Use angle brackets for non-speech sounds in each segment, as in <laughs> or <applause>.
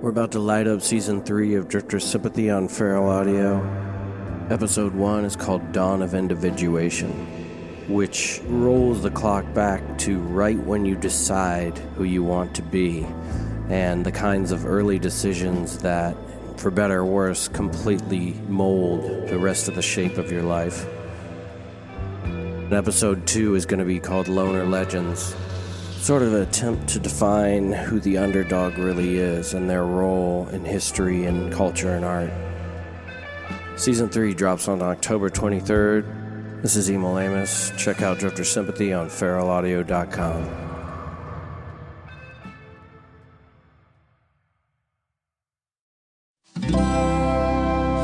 We're about to light up season three of Drifter Sympathy on Feral Audio. Episode one is called Dawn of Individuation, which rolls the clock back to right when you decide who you want to be and the kinds of early decisions that, for better or worse, completely mold the rest of the shape of your life. And episode two is going to be called Loner Legends sort of an attempt to define who the underdog really is and their role in history and culture and art. Season 3 drops on October 23rd. This is Emil Amos. Check out Drifter Sympathy on feralaudio.com.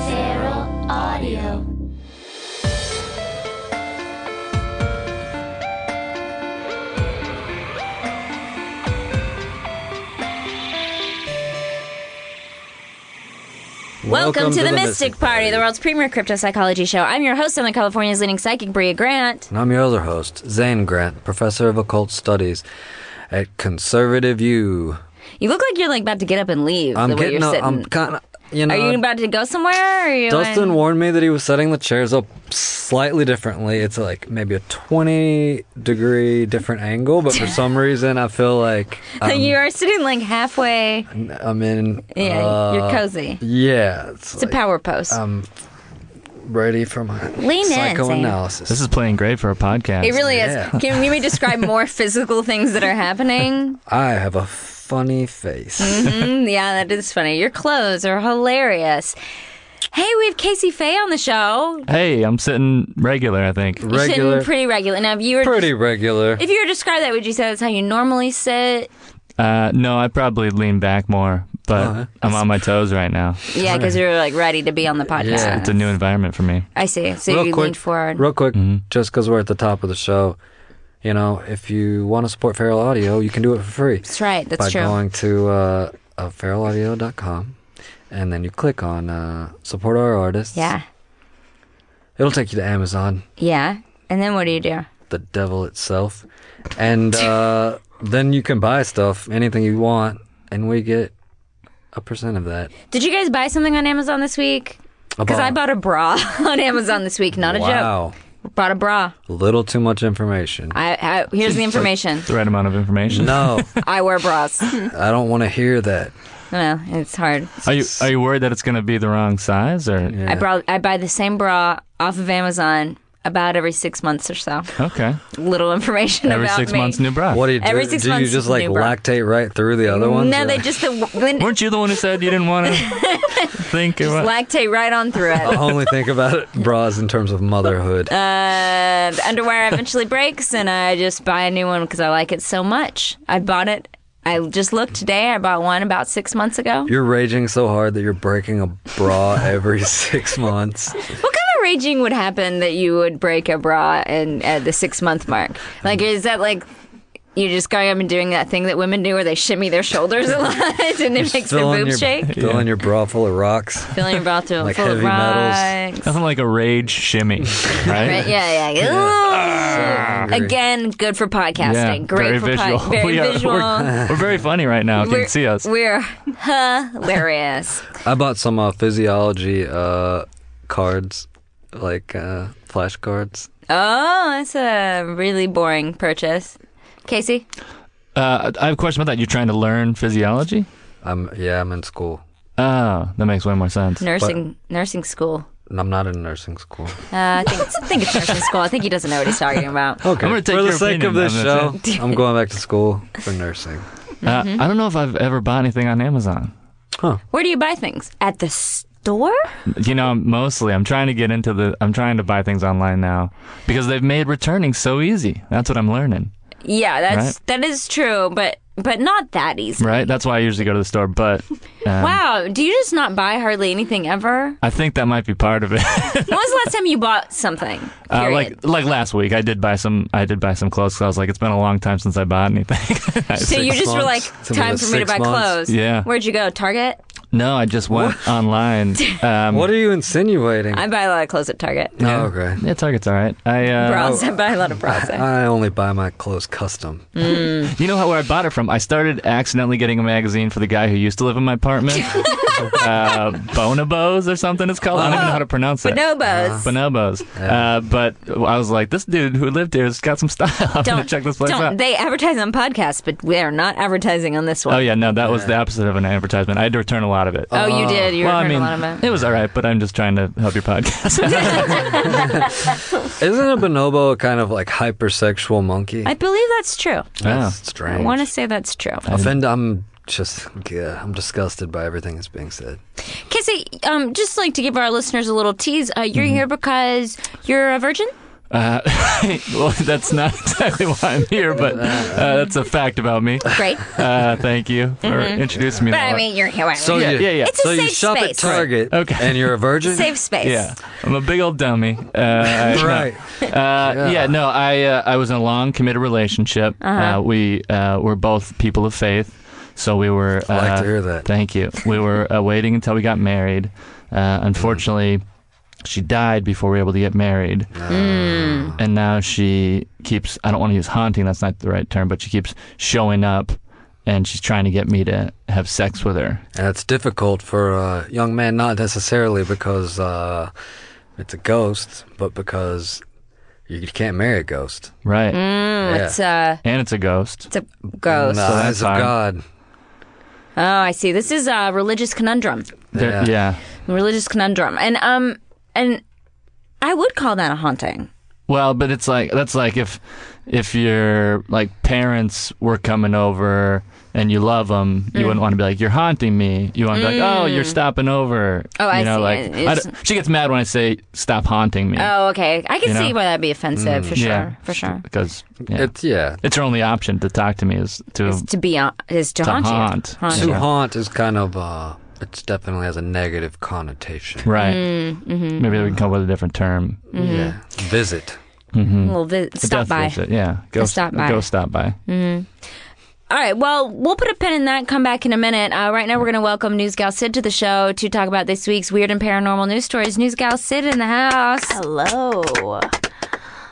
Feral Audio. Um, Welcome, to, the, Mystic, Party, the world's premier crypto psychology show. I'm your host, Southern California's leading psychic, Bria Grant. And I'm your other host, Zane Grant, professor of occult studies at Conservative U. You look like you're like about to get up and leave. I'm the way getting. you're a- sitting. I'm kind of. You know. Are you about to go somewhere? Or are you <laughs> Dustin in- warned me that he was setting the chairs up slightly differently. It's like maybe a 20 degree different angle, but <laughs> for some reason I feel like I'm, you are sitting like halfway. I'm in. Yeah, you're uh, cozy. Yeah, it's, It's a like um, power pose. I'm ready for my Lean in, Zane. psychoanalysis. This is playing great for a podcast. it really is. yeah. Can we maybe describe <laughs> more physical things that are happening? I have a funny face. <laughs> Mm, yeah, that is funny. Your clothes are hilarious. Hey, we have Casey Faye on the show. hey, I'm sitting regular, I think. You sitting Regular. pretty regular. Now, if you were Pretty regular. if you were to describe that, would you say that's how you normally sit? Uh, no, I probably lean back more, but Oh, I'm on my toes right now. Yeah, because you're like ready to be on the podcast. Yeah. It's a new environment for me. I see. So you leaned forward. Real quick, just because we're at the top of the show, you know, if you want to support Feral Audio, you can do it for free that's right. That's by true. going to uh, uh, feralaudio.com and then you click on uh, support our artists. Yeah. It'll take you to Amazon, Yeah. And then what do you do? the devil itself. And uh, <laughs> then you can buy stuff, anything you want, and we get a percent of that. Did you guys buy something on Amazon this week? Because I bought a bra <laughs> on Amazon this week. Not a Wow. joke. Bought a bra. A little too much information. I, I here's the information. The right amount of information. <laughs> no, I wear bras. I don't want to hear that. No, it's hard. Are you are you worried that it's going to be the wrong size or I bra- I buy the same bra off of Amazon about every six months or so. Okay. Little information Every about six me. months new bra. What do you do? <laughs> Every six do you months just like new bra. lactate right through the other ones? No, or- they just the when, Weren't you the one who said you didn't <laughs> want to think or what? lactate right on through it. I <laughs> only think about it, bras in terms of motherhood. Uh, the underwear eventually breaks, and I just buy a new one because I like it so much. I bought it. I just looked today. I bought one about six months ago. You're raging so hard that you're breaking a <laughs> bra every six months. What kind of raging would happen that you would break a bra and at the six month mark? Like, is that like you're just going up and doing that thing that women do where they shimmy their shoulders a <laughs> lot and it makes their Filling boobs <laughs> your, shake? Filling your bra full of rocks. Filling your bra to Like full of heavy metals. <laughs> rocks. Nothing like a rage shimmy, Right? right? Yeah, yeah. yeah. hungry. Again, good for podcasting. Great very for visual. <laughs> podcasting. <laughs> Very we are, visual. We're, we're very funny right now. if You We're- can see us. We're hilarious. I bought some uh, physiology uh, cards, like uh, flashcards. oh, that's a really boring purchase. Casey? Uh, I have a question about that. You're trying to learn physiology? I'm yeah, I'm in school. Oh, that makes way more sense. Nursing nursing school. And I'm not in nursing school. Uh, I think it's, I think it's nursing school. I think he doesn't know what he's talking about. Okay. gonna take for the your sake of opinion this on <laughs> show, I'm going back to school for nursing. Uh, I don't know if I've ever bought anything on Amazon. Where do you buy things? At the store? You know, I'm- mostly I'm trying to get into the. I'm trying to buy things online now because they've made returning so easy. That's what I'm learning, Yeah, that's Right. that is true, but but not that easy. right? That's why I usually go to the store. But um, Wow, do you just not buy hardly anything ever? I think that might be part of it. <laughs> When was the last time you bought something? uh, Period. like like last week, I did buy some. I did buy some clothes. 'cause I was like, it's been a long time since I bought anything. <laughs> so you just were like, months. Something time was for me to six buy months. clothes. Yeah. Where'd you go? Target? No, I just went online. Um, What are you insinuating? I buy a lot of clothes at Target. yeah. Oh, okay. Yeah, Target's all right. I uh, Bras. <laughs> I buy a lot of bras. there. I only buy my clothes custom. Mm. You know how, where I bought it from? I started accidentally getting a magazine for the guy who used to live in my <laughs> apartment. uh, Bonobos or something it's called. I don't even know how to pronounce it. Bonobos. Bonobos. Uh, but I was like, this dude who lived here has got some style. <laughs> I'm going to don't check this place don't. out. They advertise on podcasts, but we are not advertising on this one. oh, yeah, no, that was the opposite of an advertisement. I had to return a lot of it. Oh, you did. You well, heard I mean, a lot of it. it was all right, but I'm just trying to help your podcast. <laughs> Isn't a bonobo a kind of like hypersexual monkey? I believe that's true. That's I strange. want to say that's true. Offend. I'm just. Yeah, I'm disgusted by everything that's being said. Kissy, um, just like to give our listeners a little tease. Uh, you're Mm-hmm. here because you're a virgin. uh, well, that's not exactly why I'm here, but uh, that's a fact about me. <laughs> Great, Uh, thank you for introducing me. Mm-hmm. but to I all- mean, you're here. So Yeah, you, yeah, yeah. It's a so you safe shop space. at Target, Right. Okay. and you're a virgin. safe space. yeah, I'm a big old dummy. <laughs> Uh, I- no. right? Uh, yeah, no, I uh, I was in a long committed relationship. Uh-huh. uh we uh, were both people of faith, so we were. Uh, I like to hear that. Thank you. We were uh, waiting until we got married. Uh, unfortunately, she died before we were able to get married, Uh, Mm. Hmm. and now she keeps. I don't want to use haunting. That's not the right term, but she keeps showing up, and she's trying to get me to have sex with her. And it's difficult for a young man, not necessarily because uh, it's a ghost, but because you can't marry a ghost. Right, Hmm. Mm, Yeah. It's a and it's a ghost. it's a ghost. In the eyes that's of fine. God. Oh, I see. This is a religious conundrum. There- Yeah. yeah. Religious conundrum, and um, and I would call that a haunting. Well, but it's like that's like if if your like parents were coming over and you love them, you Mm. wouldn't want to be like you're haunting me. You want to be like, oh, you're stopping over. Oh, you I know, see. Like It- I it's- don't- she gets mad when I say stop haunting me. Oh, okay. I can You see know? Mm, why that'd be offensive for sure. yeah, For sure. because yeah. It's yeah. it's her only option to talk to me is to Is to be on, is to, Um, To haunt, you. haunt. Haunt Yeah. To you. haunt is kind of uh, it definitely has a negative connotation. right. Mm, mm-hmm. Maybe we can come up with a different term. Mm-hmm. Yeah. Visit. Well, vi- But stop that's by. what's it, Yeah, go A stop by. Mm. Go stop by. All right. Well, we'll put a pin in that. Come back in a minute. Uh, right now, we're going to welcome News Gal Sid to the show to talk about this week's weird and paranormal news stories. News Gal Sid in the house. Hello.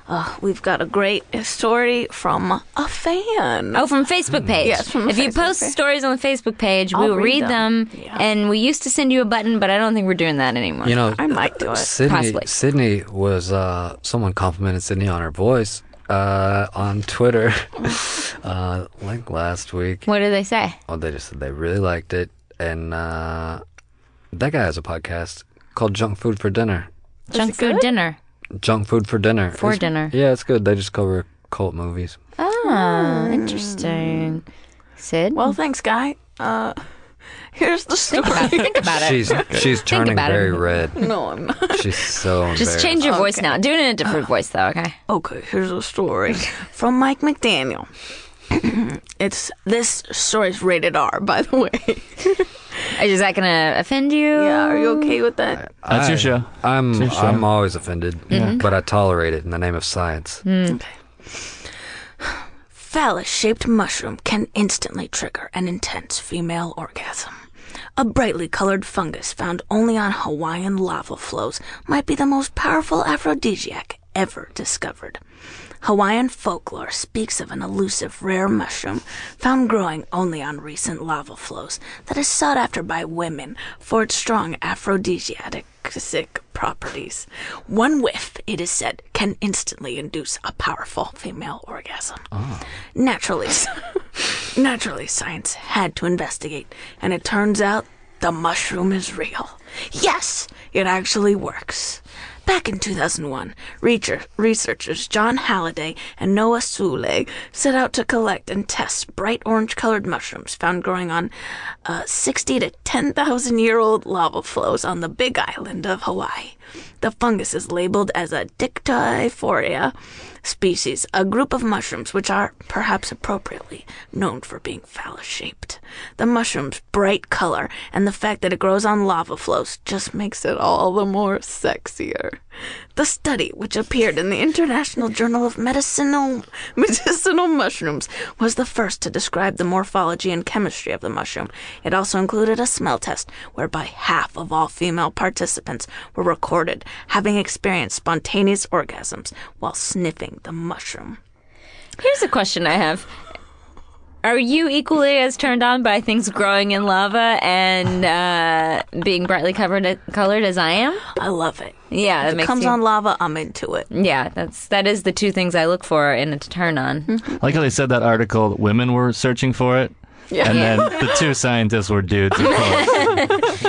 Uh, we've got a great story from a fan. Oh, from Facebook page. Yes, from if you Facebook post page. stories on the Facebook page, we I'll will read read them. them. Yeah. And we used to send you a button, but I don't think we're doing that anymore. You know, I might do it. Sydney. Possibly. Sydney was uh, someone complimented Sydney on her voice uh, <laughs> on Twitter, uh, like last week. what do they say? Oh, they just said they really liked it, and uh, that guy has a podcast called Junk Food for Dinner. Junk food dinner. Junk Food for Dinner. For It's- dinner. Yeah, it's good. They just cover cult movies. Oh, interesting. Sid, Ah, Well, thanks, guy. Uh, here's the <laughs> story. think about it. She's she's turning about it. very red. no, I'm not. She's so Just change your voice now. Do it in a different voice, though. Okay. Okay, here's a story from Mike McDaniel. <clears throat> it's this story's rated R, by the way. Is that gonna offend you? Yeah, are you okay with that? That's your show. I'm your show. I'm always offended, but I tolerate it in the name of science. Mm. phallus shaped mushroom can instantly trigger an intense female orgasm. A brightly colored fungus found only on Hawaiian lava flows might be the most powerful aphrodisiac ever discovered. Hawaiian folklore speaks of an elusive rare mushroom found growing only on recent lava flows that is sought after by women for its strong aphrodisiac properties. One whiff, it is said, can instantly induce a powerful female orgasm. Naturally, naturally, science had to investigate, and it turns out the mushroom is real. Yes, it actually works. Back in 2001, reacher- researchers John Halliday and Noah Sule set out to collect and test bright orange colored mushrooms found growing on uh, 60 to 10,000 year old lava flows on the Big Island of Hawaii. The fungus is labeled as a Dictyophoria species, a group of mushrooms which are, perhaps appropriately, known for being phallus shaped. The mushroom's bright color and the fact that it grows on lava flows just makes it all the more sexier. The study, which appeared in the International Journal of Medicinal <laughs> Medicinal Mushrooms, was the first to describe the morphology and chemistry of the mushroom. It also included a smell test whereby half of all female participants were recorded having experienced spontaneous orgasms while sniffing the mushroom. Here's a question I have. Are you equally as turned on by things growing in lava and uh, being brightly covered colored as I am? I love it. Yeah, that If it makes comes you- on lava, I'm into it. Yeah, that's that is the two things I look for in a turn on. Mm-hmm. I like how they said that article that women were searching for it. And <laughs> then the two scientists were dudes, of course. <laughs>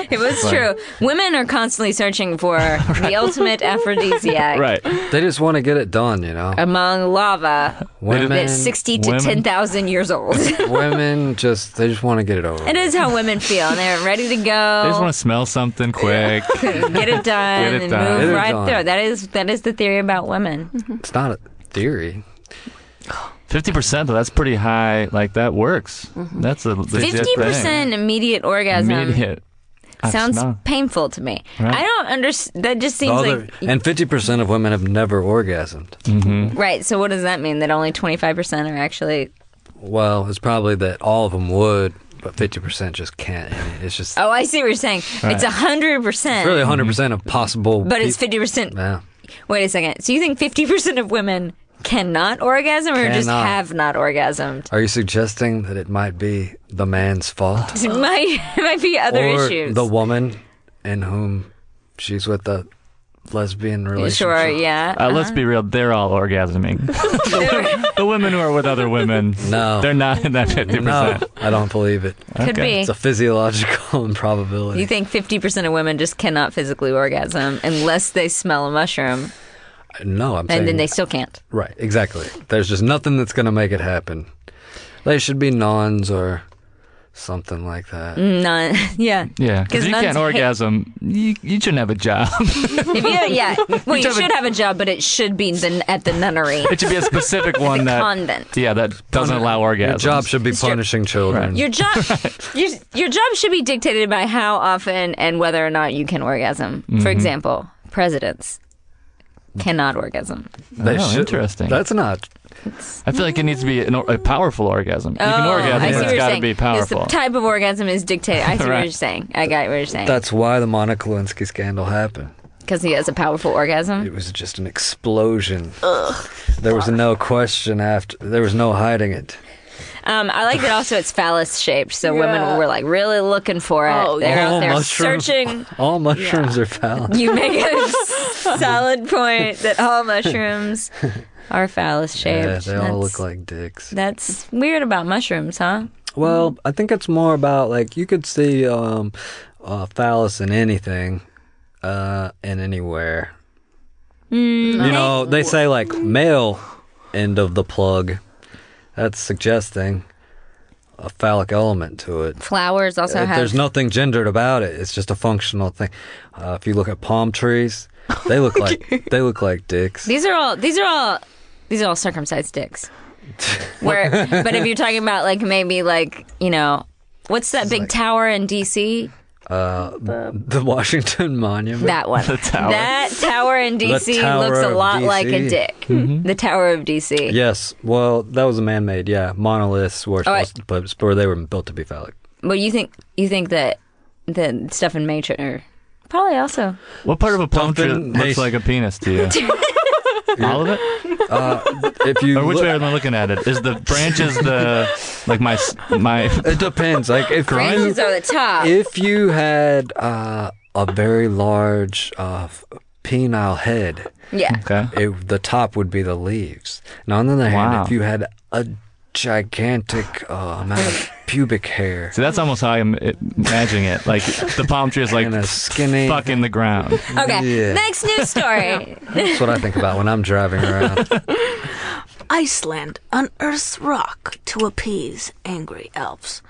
It was true. Women are constantly searching <laughs> for the ultimate aphrodisiac right. They just want to get it done, you know. among lava Women, that's 60 to women. 10,000 years old. <laughs> it women just they just want to get it over. with. is how women feel. and They're ready to They just go. want to smell <laughs> something quick. Get <laughs> it done Get and it done. move Get it right done. through. That is that is the theory about women. It's not a theory. Fifty percent though, that's pretty high. Like that works. That's a legit Mm-hmm. Fifty thing. percent immediate orgasm Immediate. <laughs> I've sounds Uh-huh. smelled. painful to me. Right. I don't understand. That just seems All the- like and fifty percent of women have never orgasmed. right. So what does that mean? That only twenty five percent are actually. Well, it's probably that all of them would, but fifty percent just can't. I mean, It's just Oh, I see what you're saying. It's hundred percent, really hundred percent of possible. but it's peop- fifty percent. Yeah. Wait a second. So you think fifty percent of women cannot orgasm, or just Cannot. have not orgasmed? Are you suggesting that it might be the man's fault It might <laughs> it might be other or issues. the woman in whom she's with the lesbian relationship? Sure. Yeah. <laughs> Uh, let's be real, they're all <laughs> orgasming. the women who are with other women, No. they're not in that fifty No, percent. I don't believe it. Could okay. be. It's a physiological <laughs> improbability. You think 50% of women just cannot physically orgasm unless they smell a mushroom no, I'm saying and then they still can't? right. Exactly. There's just nothing that's going to make it happen. They should be nuns or something like that. Mm. None. <laughs> Yeah. Yeah, Because because you nuns can't hate- orgasm. You, you shouldn't have a job. <laughs> If you, yeah. Well, you have a- should have a job, but it should be the, at the nunnery. it should be <laughs> a specific one that convent. yeah that doesn't allow orgasms. Your job should be punishing children. Your <laughs> job, your, your job should be dictated by how often and whether or not you can orgasm. Mm-hmm. For example, presidents cannot orgasm. They Oh, should- interesting. That's not. I feel like it needs to be an, or- a powerful orgasm. you can Oh, orgasm, I see but what it's you're got to saying. be 'Cause powerful. The type of orgasm is dictated. I see what Right. you're saying. I got what you're saying. That's why the Monica Lewinsky scandal happened. Because he has a powerful orgasm. It was just an explosion. there was no question after. There was no hiding it. Um, I <laughs> like that also it's phallus shaped, so women were like really looking for it. Oh, They're All out there mushrooms- searching. All mushrooms are foul. <laughs> You make <laughs> a solid point that all <laughs> mushrooms are phallus shaped. Yeah, they all look like dicks. That's weird about mushrooms, huh? Well, I think it's more about like you could see um, uh, phallus in anything, uh, and anywhere. You know, they say like male end of the plug. That's suggesting a phallic element to it. Flowers also Uh, have. There's nothing gendered about it. It's just a functional thing. Uh, if you look at palm trees, they look like they look like dicks. these are all. These are all. These are all circumcised <laughs> dicks. Where, but if you're talking about like maybe like you know, what's that big tower in D.C. The Washington Monument. That one. The tower. That tower in DC Tower looks a of lot like a DC. dick. The Tower of DC. Yes. Well, that was a man-made. Yeah, monoliths were right. supposed, but but they were built to be phallic. Well, you think you think that the stuff in Matrix or probably also what part of a palm tree Something looks nice. like a <laughs> penis to you? All of it? If you Or which look- way am <laughs> I looking at it? Is the branches the like my s- my it depends. Like if you branches are the top. if you had uh, a very large uh, f- penile head, yeah. okay? it, the top would be the leaves. Now, on the other Wow. hand, if you had a gigantic uh, amount of pubic hair See, that's almost how I'm i- imagining it. Like the palm tree is like and a skinny, fucking the ground. Okay. Yeah. Next news story. that's what I think about when I'm driving around. Iceland unearths rock to appease angry elves.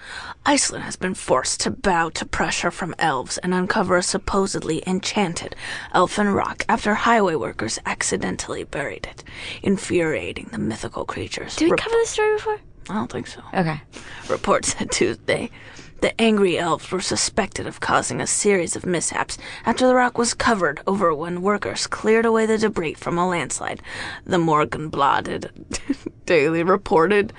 Iceland has been forced to bow to pressure from elves and uncover a supposedly enchanted elfin rock after highway workers accidentally buried it, infuriating the mythical creatures. Did we Rep- cover this story before? I don't think so. Okay. Reports said Tuesday. The angry elves were suspected of causing a series of mishaps after the rock was covered over when workers cleared away the debris from a landslide. The Morgenbladet <laughs> daily reported.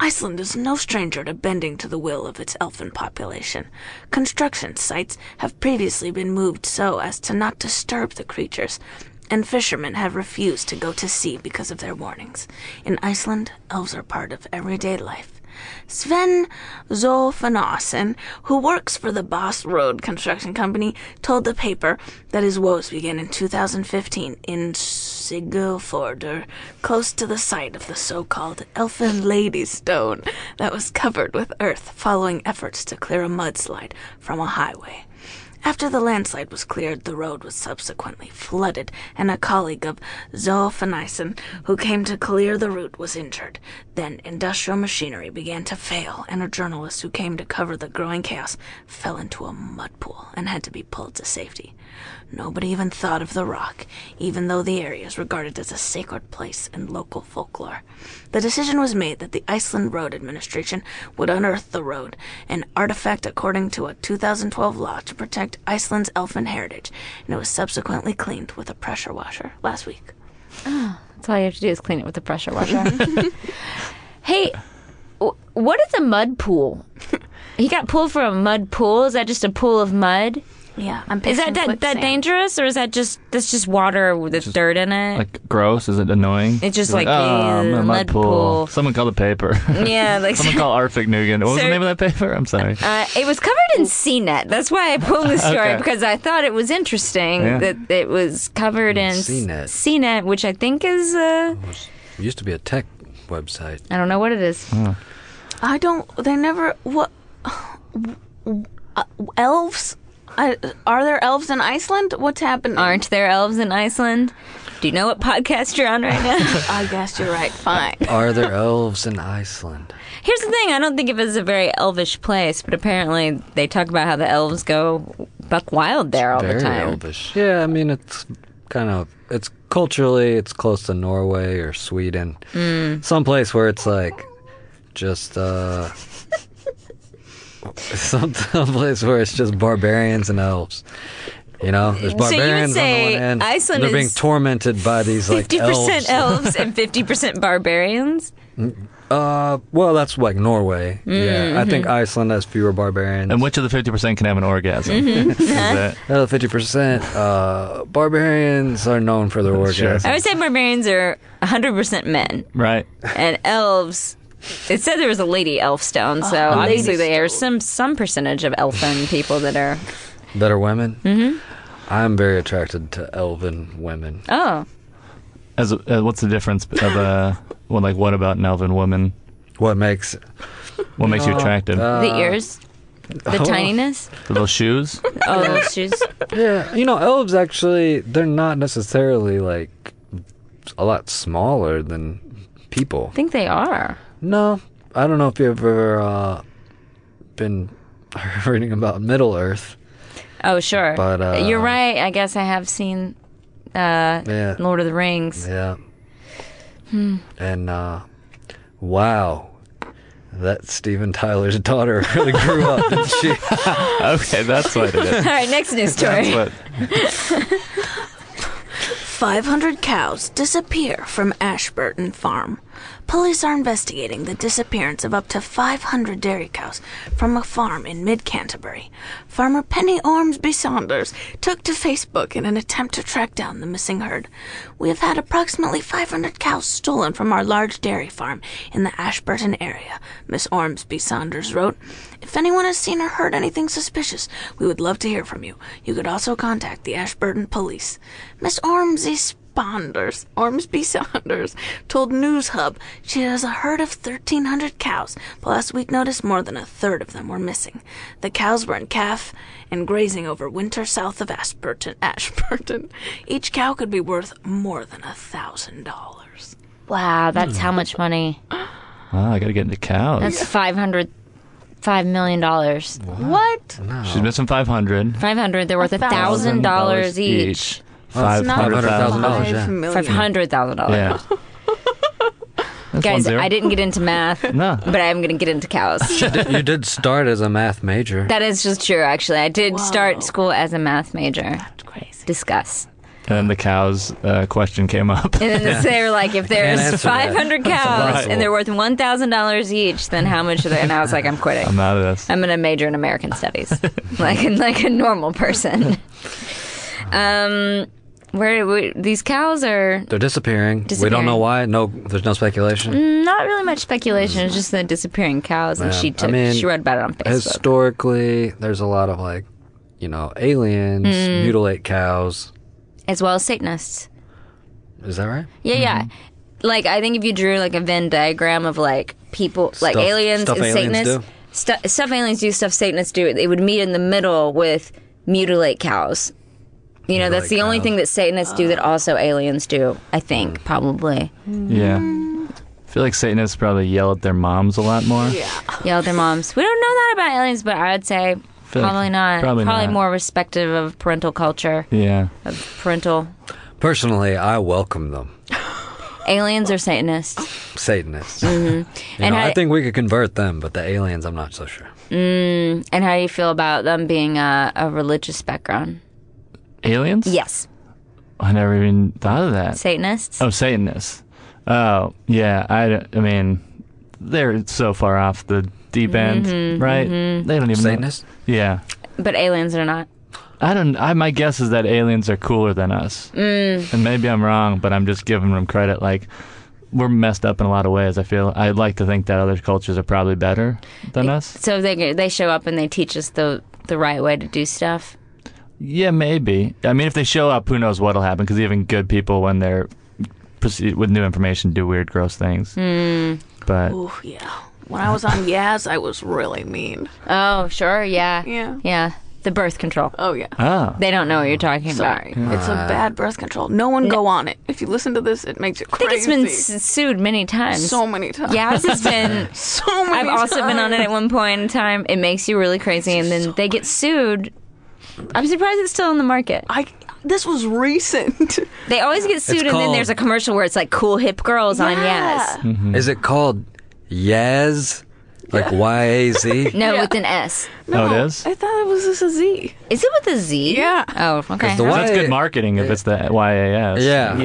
Iceland is no stranger to bending to the will of its elfin population. Construction sites have previously been moved so as to not disturb the creatures, and fishermen have refused to go to sea because of their warnings. In Iceland, elves are part of everyday life. Sven Zolfanason, who works for the Boss Road Construction Company, told the paper that his woes began in 2015 in Sigilfordur, close to the site of the so-called Elfin Lady Stone that was covered with earth following efforts to clear a mudslide from a highway. After the landslide was cleared, the road was subsequently flooded, and a colleague of Zoophanison, who came to clear the route, was injured. Then industrial machinery began to fail, and a journalist who came to cover the growing chaos fell into a mud pool and had to be pulled to safety. Nobody even thought of the rock, even though the area is regarded as a sacred place in local folklore. The decision was made that the Iceland Road Administration would unearth the road, an artifact according to a 2012 law to protect Iceland's elfin heritage, and it was subsequently cleaned with a pressure washer last week. That's all you have to do is clean it with a pressure washer. hey, w- what is a mud pool? He got pulled from a mud pool. Is that just a pool of mud? Yeah, I'm Is that that, that dangerous, or is that just that's just water with just, dirt in it? Like gross? Is it annoying? It's just like, oh, I'm in uh, a mud mud pool. pool. Someone call the paper. yeah, like <laughs> Someone call Arfik Nugan. What was Sir- the name of that paper? I'm sorry. <laughs> Uh, it was covered in CNET. That's why I pulled this story Okay. because I thought it was interesting Yeah. that it was covered in s- CNET. CNET, which I think is uh, It used to be a tech website. I don't know what it is. I don't. They never. What? <sighs> Uh, elves? I, are there elves in Iceland? What's happening? Aren't there elves in Iceland? Do you know what podcast you're on right <laughs> now? <laughs> I guess you're right. <laughs> Fine. Are there elves in Iceland? Here's the thing: I don't think it was a very elvish place, but apparently they talk about how the elves go buck wild there all Very the time. elvish. Yeah, I mean it's kind of it's culturally it's close to Norway or Sweden, mm. someplace where it's like just uh, <laughs> some someplace where it's just barbarians and elves. You know, there's So you would barbarians on say the one end. Iceland and they're being is tormented by these like Fifty percent elves. elves and fifty percent barbarians. Uh, well, that's like Norway. Mm-hmm. Yeah, I think Iceland has fewer barbarians. and which of the 50% can have an orgasm? Mm-hmm. Is Uh-huh. that- Out of fifty percent, uh, barbarians are known for their Sure. orgasms. I would say barbarians are hundred percent men. right. and elves. It said there was a lady elf stone, so Oh. obviously lady there are some some percentage of elfin people that are. That are women. Mm-hmm. I'm very attracted to elven women. Oh, As, uh, what's the difference <laughs> of uh, well, like what about an elven woman? What makes What makes you attractive? Uh, the ears, the oh. tininess, the <laughs> little shoes? oh those shoes. yeah, you know, elves actually they're not necessarily like a lot smaller than people. I think they are. No, I don't know if you've ever uh, been <laughs> reading about Middle Earth. Oh sure, But, uh, you're right. I guess I have seen uh, Yeah. Lord of the Rings. Yeah. And uh wow. That Steven Tyler's daughter <laughs> really grew up, didn't <laughs> she? okay, that's what it <laughs> is. All right, next <laughs> news story. <laughs> But 500 cows disappear from Ashburton Farm. Police are investigating the disappearance of up to 500 dairy cows from a farm in mid Canterbury. Farmer Penny Ormsby Saunders took to Facebook in an attempt to track down the missing herd. We have had approximately 500 cows stolen from our large dairy farm in the Ashburton area, Miss Ormsby Saunders wrote. If anyone has seen or heard anything suspicious, we would love to hear from you. You could also contact the Ashburton Police. Miss Ormsby Saunders, Ormsby Saunders, told News Hub she has a herd of 1,300 cows, but last week noticed more than a third of them were missing. The cows were in calf and grazing over winter south of Ashburton. <laughs> Ashburton. Each cow could be worth more than a thousand dollars. Wow, that's how much money. wow, I gotta get into cows. That's five hundred, five million dollars. What? She's missing 500. Five hundred. They're worth a thousand dollars each. Five not hundred $500,000. thousand dollars. <laughs> yeah. Five hundred thousand dollars. Yeah. That's one Guys, zero. I didn't get into <laughs> math, No. but I'm going to get into cows. you did start as a math major. That is just true, actually. I did Whoa. start school as a math major. Crazy. Discuss. And then the cows uh, question <laughs> came up. <laughs> And then <laughs> they were like, if Can't there's answer that. 500 cows impossible. and they're worth $1,000 each, then how much are they? And I was like, I'm quitting. I'm out of this. I'm going to major in American <laughs> studies, like <laughs> like a normal person. Um, where we, these cows are They're disappearing. We don't Disappearing. know Mm. why. No, there's no speculation. not really much speculation. It's just the disappearing cows, and Yeah. she I took mean, she wrote about it on Facebook. Historically, there's a lot of like, you know, aliens Mm. mutilate cows. as well as Satanists. Is that right? Yeah, yeah. Mm-hmm. Like I think if you drew like a Venn diagram of like people, like Stuff- aliens stuff and aliens Satanists, do. stu- stuff aliens do, stuff Satanists do, it would meet in the middle with mutilate cows. You know, that's Mutilate the only cows. Hmm. thing that Satanists do that also aliens do. I think probably Yeah. I feel like Satanists probably yell at their moms a lot more. Yeah. yell at their moms. We don't know that about aliens, but I would say Feel like- probably not. probably not. more respective of parental culture, Yeah. of parental Personally, I welcome them. aliens or Satanists. Satanists. You Mm-hmm. And know, I- I think we could convert them, but the aliens, I'm not so sure. And how do you feel about them being a, a religious background? Aliens? Yes. I never even thought of that. Satanists? Oh, Satanists. Oh, yeah. I, d- I mean, they're so far off the deep end, right? They don't even Satanists? Know. Yeah. But aliens are not. I don't. I my guess is that aliens are cooler than us, mm. and maybe I'm wrong, but I'm just giving them credit. Like we're messed up in a lot of ways. I feel I'd like to think that other cultures are probably better than us. So they they show up and they teach us the the right way to do stuff. Yeah, maybe. I mean, if they show up, who knows what'll happen? Because even good people, when they're proceed with new information, do weird, gross things. But Ooh, yeah. When I was on Yaz, I was really mean. Oh, sure, yeah. Yeah. Yeah. The birth control. Oh, yeah. ah, They don't know what you're talking Sorry. about. It's a bad birth control. No one go on it. If you listen to this, it makes you I think crazy. it's been s- sued many times. so many times. yeah, this has been <laughs> So many I've also been on it at times. one point in time. It makes you really crazy and then they get sued. I'm surprised it's still on the market. I, this was recent. <laughs> They always get sued, and then called- there's a commercial where it's like cool hip girls on Yes. Is it called Yaz? Like Y A Z? <laughs> No, Yeah. with an S. Oh, it is? I thought it was just a Z. Is it with a Z? Yeah. Oh, okay. the that's Y- good marketing if it's the YAS. Yeah. Oh,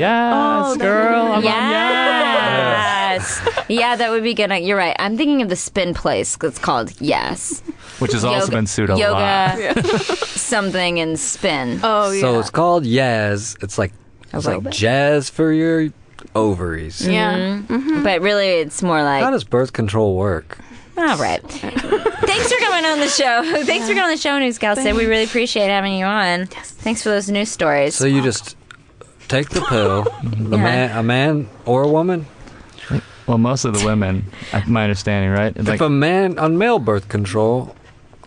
Yes, girl. I'm Yes. yeah, that would be good. You're right. I'm thinking of the spin place that's called Yes. Which has also been sued a yoga, lot. <laughs> something and spin. Oh, So it's called Yaz. It's like it's like robot. jazz for your ovaries. Mm. yeah. <laughs> But really, it's more like How does birth control work? All right. Thanks for coming on the show. <laughs> Thanks for coming on the show, News Gal. Said we really appreciate having you on. Yes. Thanks for those news stories. So you just take the pill. The man, a man or a woman. Well, most of the women, I- my understanding, right? It's If a man on male birth control,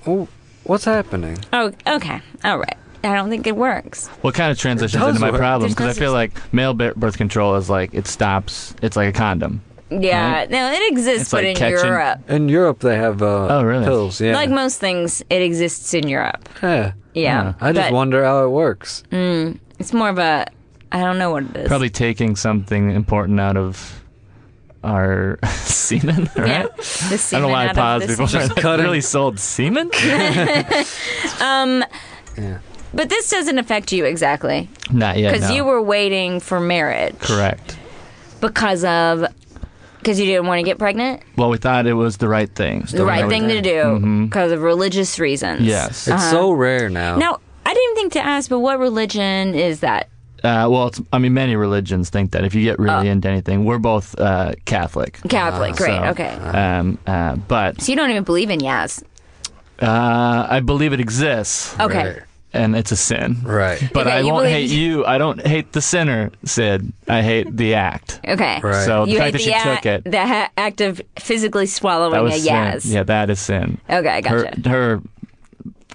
oh, what's happening? oh, okay. All right. I don't think it works. what kind of transitions does into my work. problem? Because I There's no feel like male bi- birth control is like it stops. It's like a condom. Yeah, Right? no, it exists, It's but like in catching- Europe, In Europe, they have uh, Oh, really? pills. Yeah. like most things, it exists in Europe. yeah. Yeah, I just but wonder how it works. It's more of a, I don't know what it is. Probably taking something important out of our <laughs> semen, yeah. right? The I don't semen know why I out of paused the before. semen. <laughs> Just cut really sold <laughs> semen? But this doesn't affect you exactly Not yet. because no. you were waiting for marriage correct. because of because you didn't want to get pregnant. Well, we thought it was the right thing. the right thing to do because of religious reasons. Mm-hmm. Yes. It's Uh-huh. so rare now. Now, I didn't think to ask, but what religion is that? Uh, well, it's, I mean, many religions think that if you get really into anything, we're both uh, Catholic. Oh. Catholic. Great. Ah, So, okay. Um, uh, but So you don't even believe in yes. uh, I believe it exists, Okay. Right. and it's a sin. Right. But Oh. Okay, I you won't believe- hate you. I don't hate the sinner, Sid. I hate the act. Okay. Right. So the You fact hate that the, she act, took it, the ha- act of physically swallowing that a was yes. sin. Yeah, that is sin. Okay, gotcha. Her,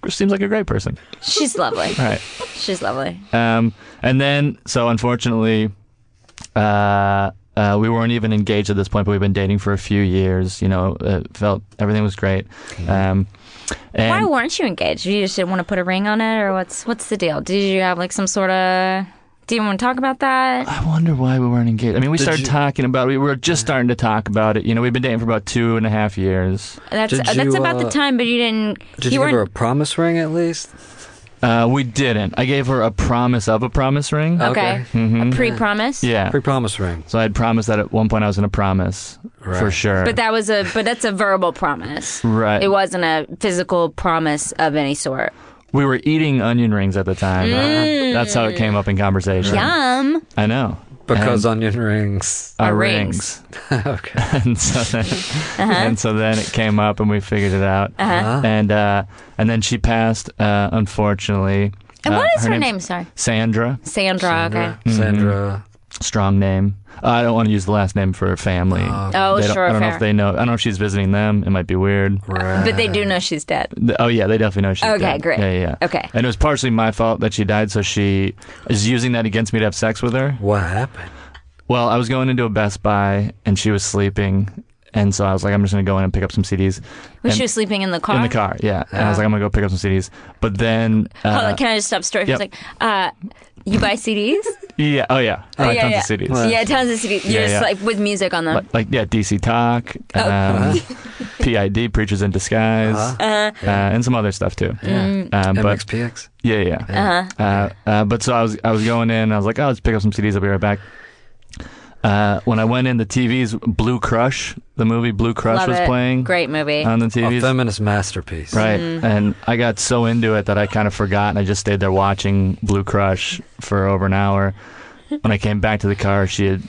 her seems like a great person. She's lovely. All right. She's lovely. Um, and then, so unfortunately, uh, uh, we weren't even engaged at this point, but we've been dating for a few years. You know, uh, felt everything was great. Um, Why and weren't you engaged? You just didn't want to put a ring on it, or what's what's the deal? Did you have like some sort of Do you want to talk about that? I wonder why we weren't engaged. I mean, we started you- talking about it. We were just starting to talk about it. You know, we've been dating for about two and a half years. That's Did uh, that's you, about the uh, time, but you didn't. Did you give weren't- her a promise ring at least? Uh, we didn't. I gave her a promise of a promise ring. Mm-hmm. okay. A pre-promise. yeah. Pre-promise ring. So I had promised that at one point I was going to promise for Right. sure. But that was a but that's a verbal promise. Right. It wasn't a physical promise of any sort. we were eating onion rings at the time. Mm. That's how it came up in conversation. Yum. Uh-huh. I know. Because onion rings. <laughs> our Our rings. rings. Uh-huh. okay. <laughs> and so then, <laughs> and so then it came up, and we figured it out. Uh-huh. And uh, and then she passed, uh, unfortunately. And Uh, what is her, name's name? Sorry, Sandra. Sandra. Okay. Sandra. Strong name. Uh, I don't want to use the last name for her family. uh, Oh, They don't- sure. I don't know fair. if they uh, know. I don't know if she's visiting them. It might be weird. Right. Oh, but they do know she's dead. Th- Oh yeah, they definitely know she's Okay, dead. great. Yeah, yeah. yeah. Okay. And it was partially my fault that she died, so she is using that against me to have sex with her. What happened? Well, I was going into a Best Buy and she was sleeping, and so I was like, I'm just gonna go in and pick up some CDs. When And- she was sleeping in the car. in the car, yeah. And I was like, I'm gonna go pick up some CDs, but then, Hold uh, on, Oh, can I just stop story? yep. She's like, uh, you buy CDs? yeah, oh yeah, I like yeah, tons yeah. Uh-huh. of CDs. yeah, tons of CDs. You're Yeah, just yeah. like with music on them. Like, like, yeah, DC Talk, um, Oh. <laughs> PID, Preachers in Disguise, Um, uh Uh-huh. and some other stuff too. Yeah. Um, but MXPX. yeah, yeah. Uh-huh. Uh, uh, but so I was I was going in. I was like, oh, let's pick up some CDs. I'll be right back. Uh, when I went in, the TV's Blue Crush, the movie Blue Crush Love was it. playing Um, Great movie. on the A TVs. feminist masterpiece. Right, Mm-hmm. and I got so into it that I kind of forgot, and I just stayed there watching Blue Crush for over an hour. When I came back to the car, she had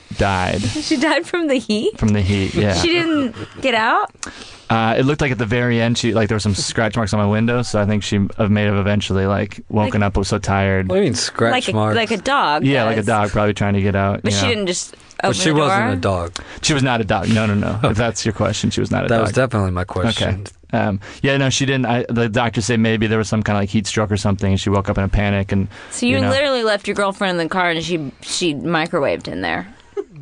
<laughs> died she died from the heat. from the heat. Yeah, <laughs> She didn't get out. uh, it looked like at the very end, she like there were some scratch marks on my window, so I think she uh, may have eventually like woken up, was so tired. What do you mean scratch like a, marks? like a dog. Yeah, like a does. dog probably trying to get out. But you she know. didn't just. Open but she the door. wasn't a dog. She was not a dog. No, no, no. if that's your question, she was not a That dog. was definitely my Okay. question. Um, yeah, no, she didn't. I, the doctor said maybe there was some kind of like heat stroke or something, and she woke up in a panic. And So you, you know. literally left your girlfriend in the car and she she microwaved in there.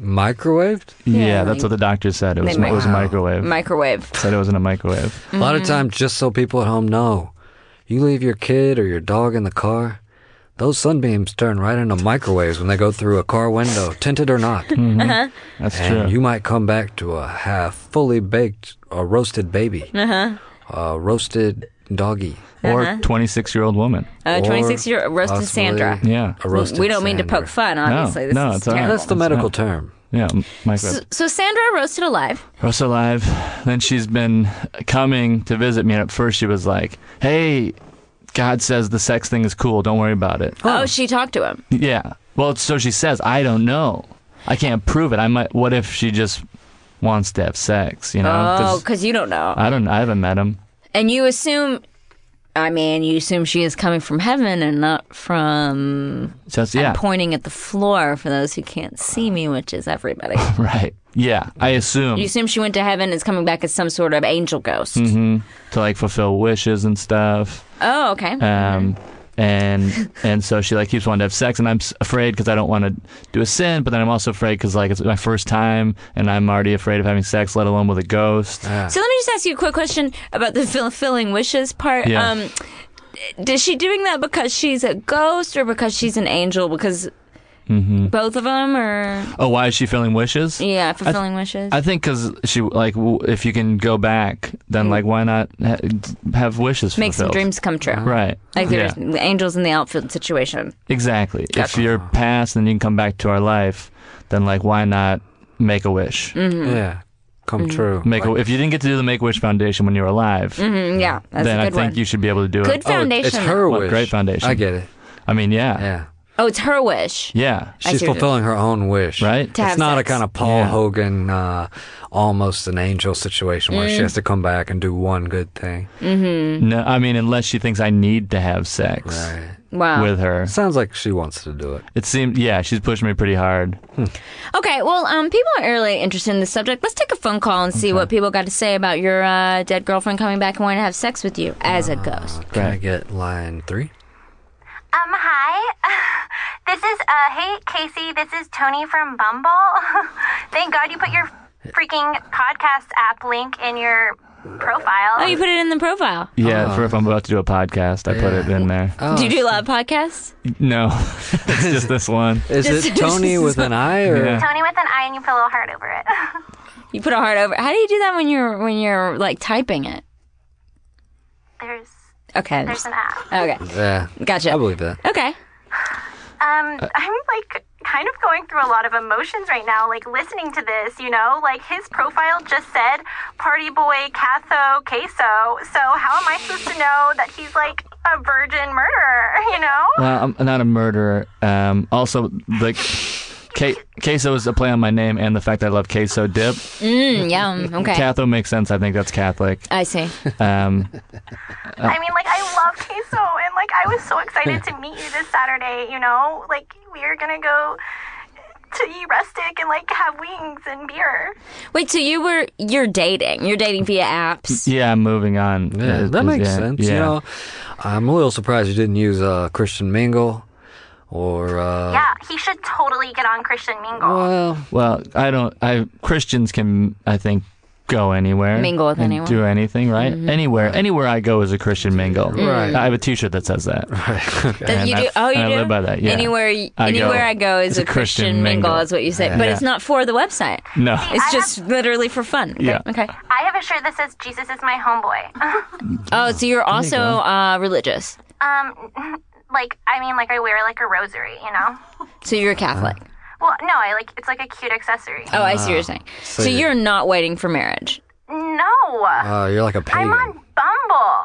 Microwaved? yeah, Yeah, that's what the doctor said. It was, They it was a mic- microwave. Microwave. said it was in a microwave. A Mm. lot of times, just so people at home know, you leave your kid or your dog in the car, those sunbeams turn right into microwaves when they go through a car window, tinted or not. Mm-hmm. That's and true. you might come back to a half fully baked, uh, roasted baby, Uh-huh. a roasted doggy, Or 26 year old woman. Uh, Or 26 year old roasted possibly- Sandra. Yeah. a roasted. we don't mean to Sandra. poke fun, obviously. this no, is it's all right. terrible. That's the medical term. Yeah, m- microwave. So, so Sandra roasted alive. Russ alive. Then she's been coming to visit me, and at first she was like, hey, God says the sex thing is cool. Don't worry about it. Oh, she talked to him. Yeah. Well, so she says, I don't know. I can't prove it. I might. What if she just wants to have sex? You know? Oh, 'Cause because you don't know. I don't. I haven't met him. And you assume, I mean, you assume she is coming from heaven and not from. So it's- yeah. I'm pointing at the floor for those who can't see me, which is everybody. <laughs> Right. Yeah. I assume You assume she went to heaven and is coming back as some sort of angel ghost. Mm-hmm. to like fulfill wishes and stuff. Oh, okay. Um, <laughs> and and so she like keeps wanting to have sex, and I'm s- afraid because I don't want to do a sin, but then I'm also afraid because like it's my first time, and I'm already afraid of having sex, let alone with a ghost. so let me just ask you a quick question about the fulfilling wishes part. Yeah. Um, is she doing that because she's a ghost or because she's an angel? Because Mm-hmm. both of them are, oh, why is she feeling wishes? yeah, fulfilling wishes. I think because she like w- if you can go back, then like why not ha- have wishes Make some fulfilled? dreams come true. Right. Like yeah. there's the angels in the outfield situation. Exactly. If Gotcha. you're past and you can come back to our life, then like why not make a wish? Mm-hmm. Yeah, come true. Make a, if you didn't get to do the Make a Wish Foundation when you were alive, Mm, yeah, that's then a I good think one. you should be able to do Good it. Oh, foundation. it's her What wish. great foundation. I get it. I mean, yeah, Yeah, oh, it's her wish. yeah, I she's see what you- fulfilling her own wish. right. To have it's not sex. a kind of Paul Yeah. Hogan, uh, almost an angel situation where Mm. she has to come back and do one good thing. No, I mean, unless she thinks I need to have sex Right. Wow. with her, Sounds like she wants to do it. it seemed. Yeah, she's pushing me pretty hard. Okay, well, um, people are really interested in this subject. Let's take a phone call and see what people got to say about your uh, dead girlfriend coming back and wanting to have sex with you as a ghost. Can I Right. get line three? Um, hi. <laughs> This is, uh, hey, Casey, this is Tony from <laughs> Bumble. Thank God you put your freaking podcast app link in your profile. Oh, you put it in the profile. Yeah, for if I'm about to do a podcast, I put it in there. Uh, Do you do live podcasts? No, <laughs> it's just this <laughs> one. Is Just- <laughs> it Tony with an I or? Yeah. Tony with an I, and you put a little heart over it. <laughs> You put a heart over. How do you do that when you're when you're like typing it? there's Okay. there's an app. Okay. Yeah, Gotcha. I believe that. Okay. Um, I'm like kind of going through a lot of emotions right now. Like listening to this, you know, like his profile just said party boy Catho Queso. So how am I supposed to know that he's like a virgin murderer? <laughs> You know? Well, I'm not a murderer. Um, also, like, Ke- queso is a play on my name and the fact that I love queso dip. Mm, yum. Okay. Catho makes sense. I think that's Catholic. I see. Um, I mean, like, I love queso, and like, I was so excited to meet you this Saturday. You know, like, we are gonna go to eat rustic and like have wings and beer. Wait. So you were you're dating. You're dating via apps. yeah, I'm moving on. Yeah, Is- that is- makes yeah, sense. Yeah. You know, I'm a little surprised you didn't use uh, Christian Mingle or. Uh, Yeah, he should totally get on Christian Mingle. Well, Well, I don't. I Christians can, I think, go anywhere, Mingle with and anyone. Mm-hmm. do anything, right? Anywhere, anywhere I go is a Christian mingle. Right. I have a T-shirt that says that. <laughs> That And Mm-hmm. you do. that's- Oh, you and I do. live by that, yeah. Anywhere, I go- anywhere I go is it's a Christian, mingle, is what you say. But Yeah. it's not for the website. No. <laughs> It's I just literally for fun. Okay. Yeah. Okay. I have a shirt that says Jesus is my homeboy. <laughs> Oh, so you're also uh, religious. um, <laughs> like, I mean, like, I wear like a rosary, you know? So you're a Catholic. Ah. Well, no, I like it's like a cute accessory. Oh, I see what you're saying. So, you're- you're not waiting for marriage. No, uh, you're like a pagan. I'm on Bumble.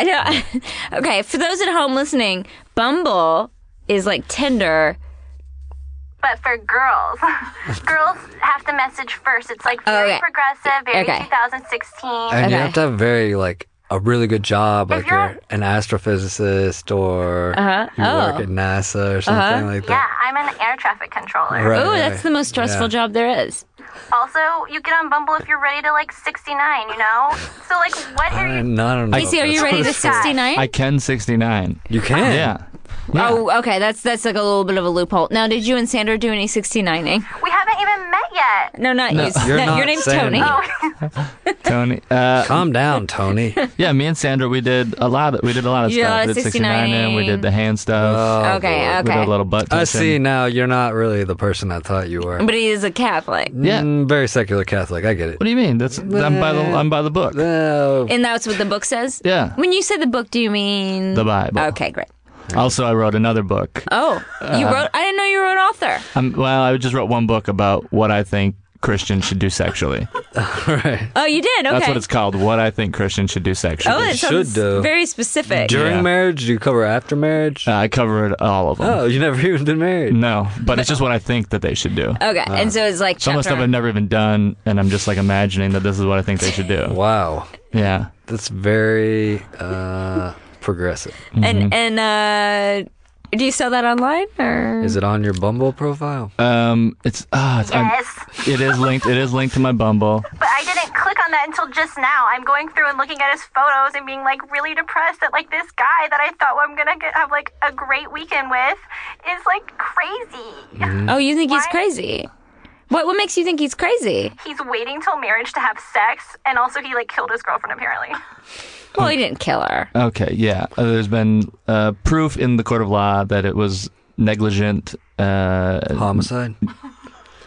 I know. <laughs> okay, for those at home listening, Bumble is like Tinder. But for girls, <laughs> girls have to message first. It's like very Okay. progressive, very Oh, Okay. 2016. and you Okay. have to have very like a really good job, like you're- you're an astrophysicist or Uh-huh. you Oh. work at NASA or something like yeah, that. I'm an air traffic controller. Right. Oh, that's the most stressful Yeah. job there is. Also, you get on Bumble if you're ready to like 69, you know? So like what are I you don't know. Casey, are you ready to 69? I can 69. You can. Yeah. Oh, okay. That's that's like a little bit of a loophole. Now, did you and Sandra do any 69ing? We haven't even met yet. Oh, No, not you. you're No, not your name's Sandra. Tony. Tony. Uh, Calm <laughs> down, Tony. Uh, yeah, me and Sandra, we did a lot. Of, we did a lot of Yeah, stuff. We did 69 and we did the hand stuff. okay, We did okay. a little butt. Oh. I touching. see now. You're not really the person I thought you were. But he is a Catholic, Yeah. Mm, very secular Catholic. I get it. What do you mean? That's I'm by the I'm by the book. Uh, and that's what the book says. Yeah. When you say the book, do you mean The Bible. Okay, great. Also, I wrote another book. Oh, Uh-huh. you wrote. I didn't know you were an author. Um, well, I just wrote one book about what I think Christians should do sexually. right. Oh, you did. Okay. That's what it's called. What I think Christians should do sexually. Oh, that should sounds do. very specific. During Yeah. marriage, do you cover after marriage? Uh, Mm. I covered all of them. oh, you never <laughs> even been married. No, but it's just what I think that they should do. Okay, and so it's like Uh-huh. Some of the Uh, chapter stuff I've on- never even done, and I'm just like imagining that this is what I think they should do. Wow, Yeah. that's very uh, progressive. and mm-hmm. and uh, do you sell that online or? Is it on your Bumble profile? Um, it's ah, it's, I'm- <laughs> Yes. it is linked. It is linked to my Bumble. But I didn't click on that until just now. I'm going through and looking at his photos and being like really depressed that like this guy that I thought I'm gonna get, have like a great weekend with is like crazy. Oh, you think he's Why- crazy? What what makes you think he's crazy? He's waiting till marriage to have sex, and also he like killed his girlfriend apparently. Well, he didn't kill <laughs> her. Okay, yeah. Uh, there's been uh, proof in the court of law that it was negligent. Uh, Homicide.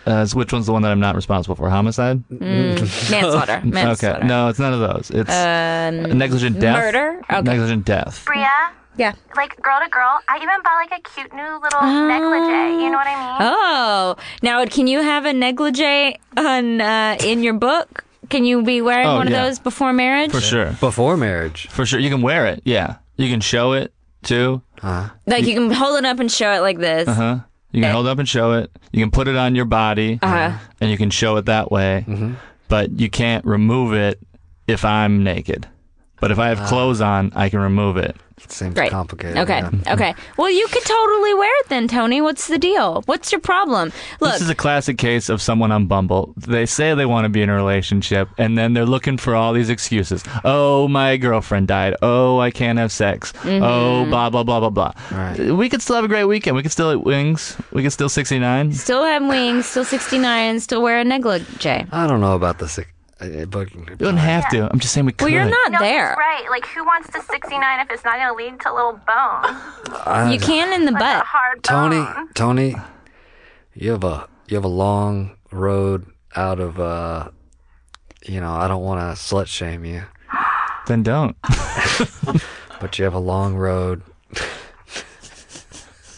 uh, so which one's the one that I'm not responsible for? Homicide. Manslaughter. Manslaughter. Okay. No, it's none of those. It's Um, negligent death. murder? Okay. Negligent death. Bria, yeah. like girl to girl, I even bought like a cute new little negligee. You know what I mean? Oh, now can you have a negligee on uh, in your book? Can you be wearing Oh, one yeah. of those before marriage? For sure. Before marriage. For sure. You can wear it. Yeah. You can show it too. Like you can hold it up and show it like this. Huh? You Eh. can hold it up and show it. You can put it on your body Uh-huh. and you can show it that way. But you can't remove it if I'm naked. But if I have clothes on, I can remove it. It seems Great. complicated. Okay. yeah. Mm-hmm. Okay. Well, you could totally wear it then, Tony. What's the deal? What's your problem? Look, This is a classic case of someone on Bumble. They say they want to be in a relationship, and then they're looking for all these excuses. Oh, my girlfriend died. Oh, I can't have sex. Mm-hmm. Oh, blah blah blah blah blah. Right. We could still have a great weekend. We could still eat wings. We could still sixty nine. still have wings, still 69, still wear a negligee. I don't know about the sick. Uh, But You don't have to. I'm just saying we could. Well, you're not No, there. he's right. Like, who wants to 69 if it's not going to lead to little <laughs> bone? Uh, You can in the A butt. hard <laughs> Tony, bone. Tony, you have a you have a long road out of. uh You know, I don't want to slut shame you, Then don't. <laughs> but you have a long road.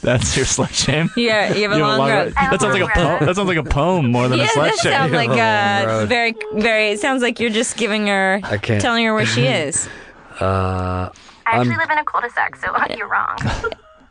That's your slut shame. Yeah, <laughs> you have a You have a long, long road. road. That sounds like a po- that sounds like a poem more than Yeah, a that slut shame. sounds like Yeah, long uh, road. very, very. It sounds like you're just giving her, I can't- telling her where <laughs> she is. Uh, I actually live in a cul-de-sac, so <laughs> you're <laughs> wrong.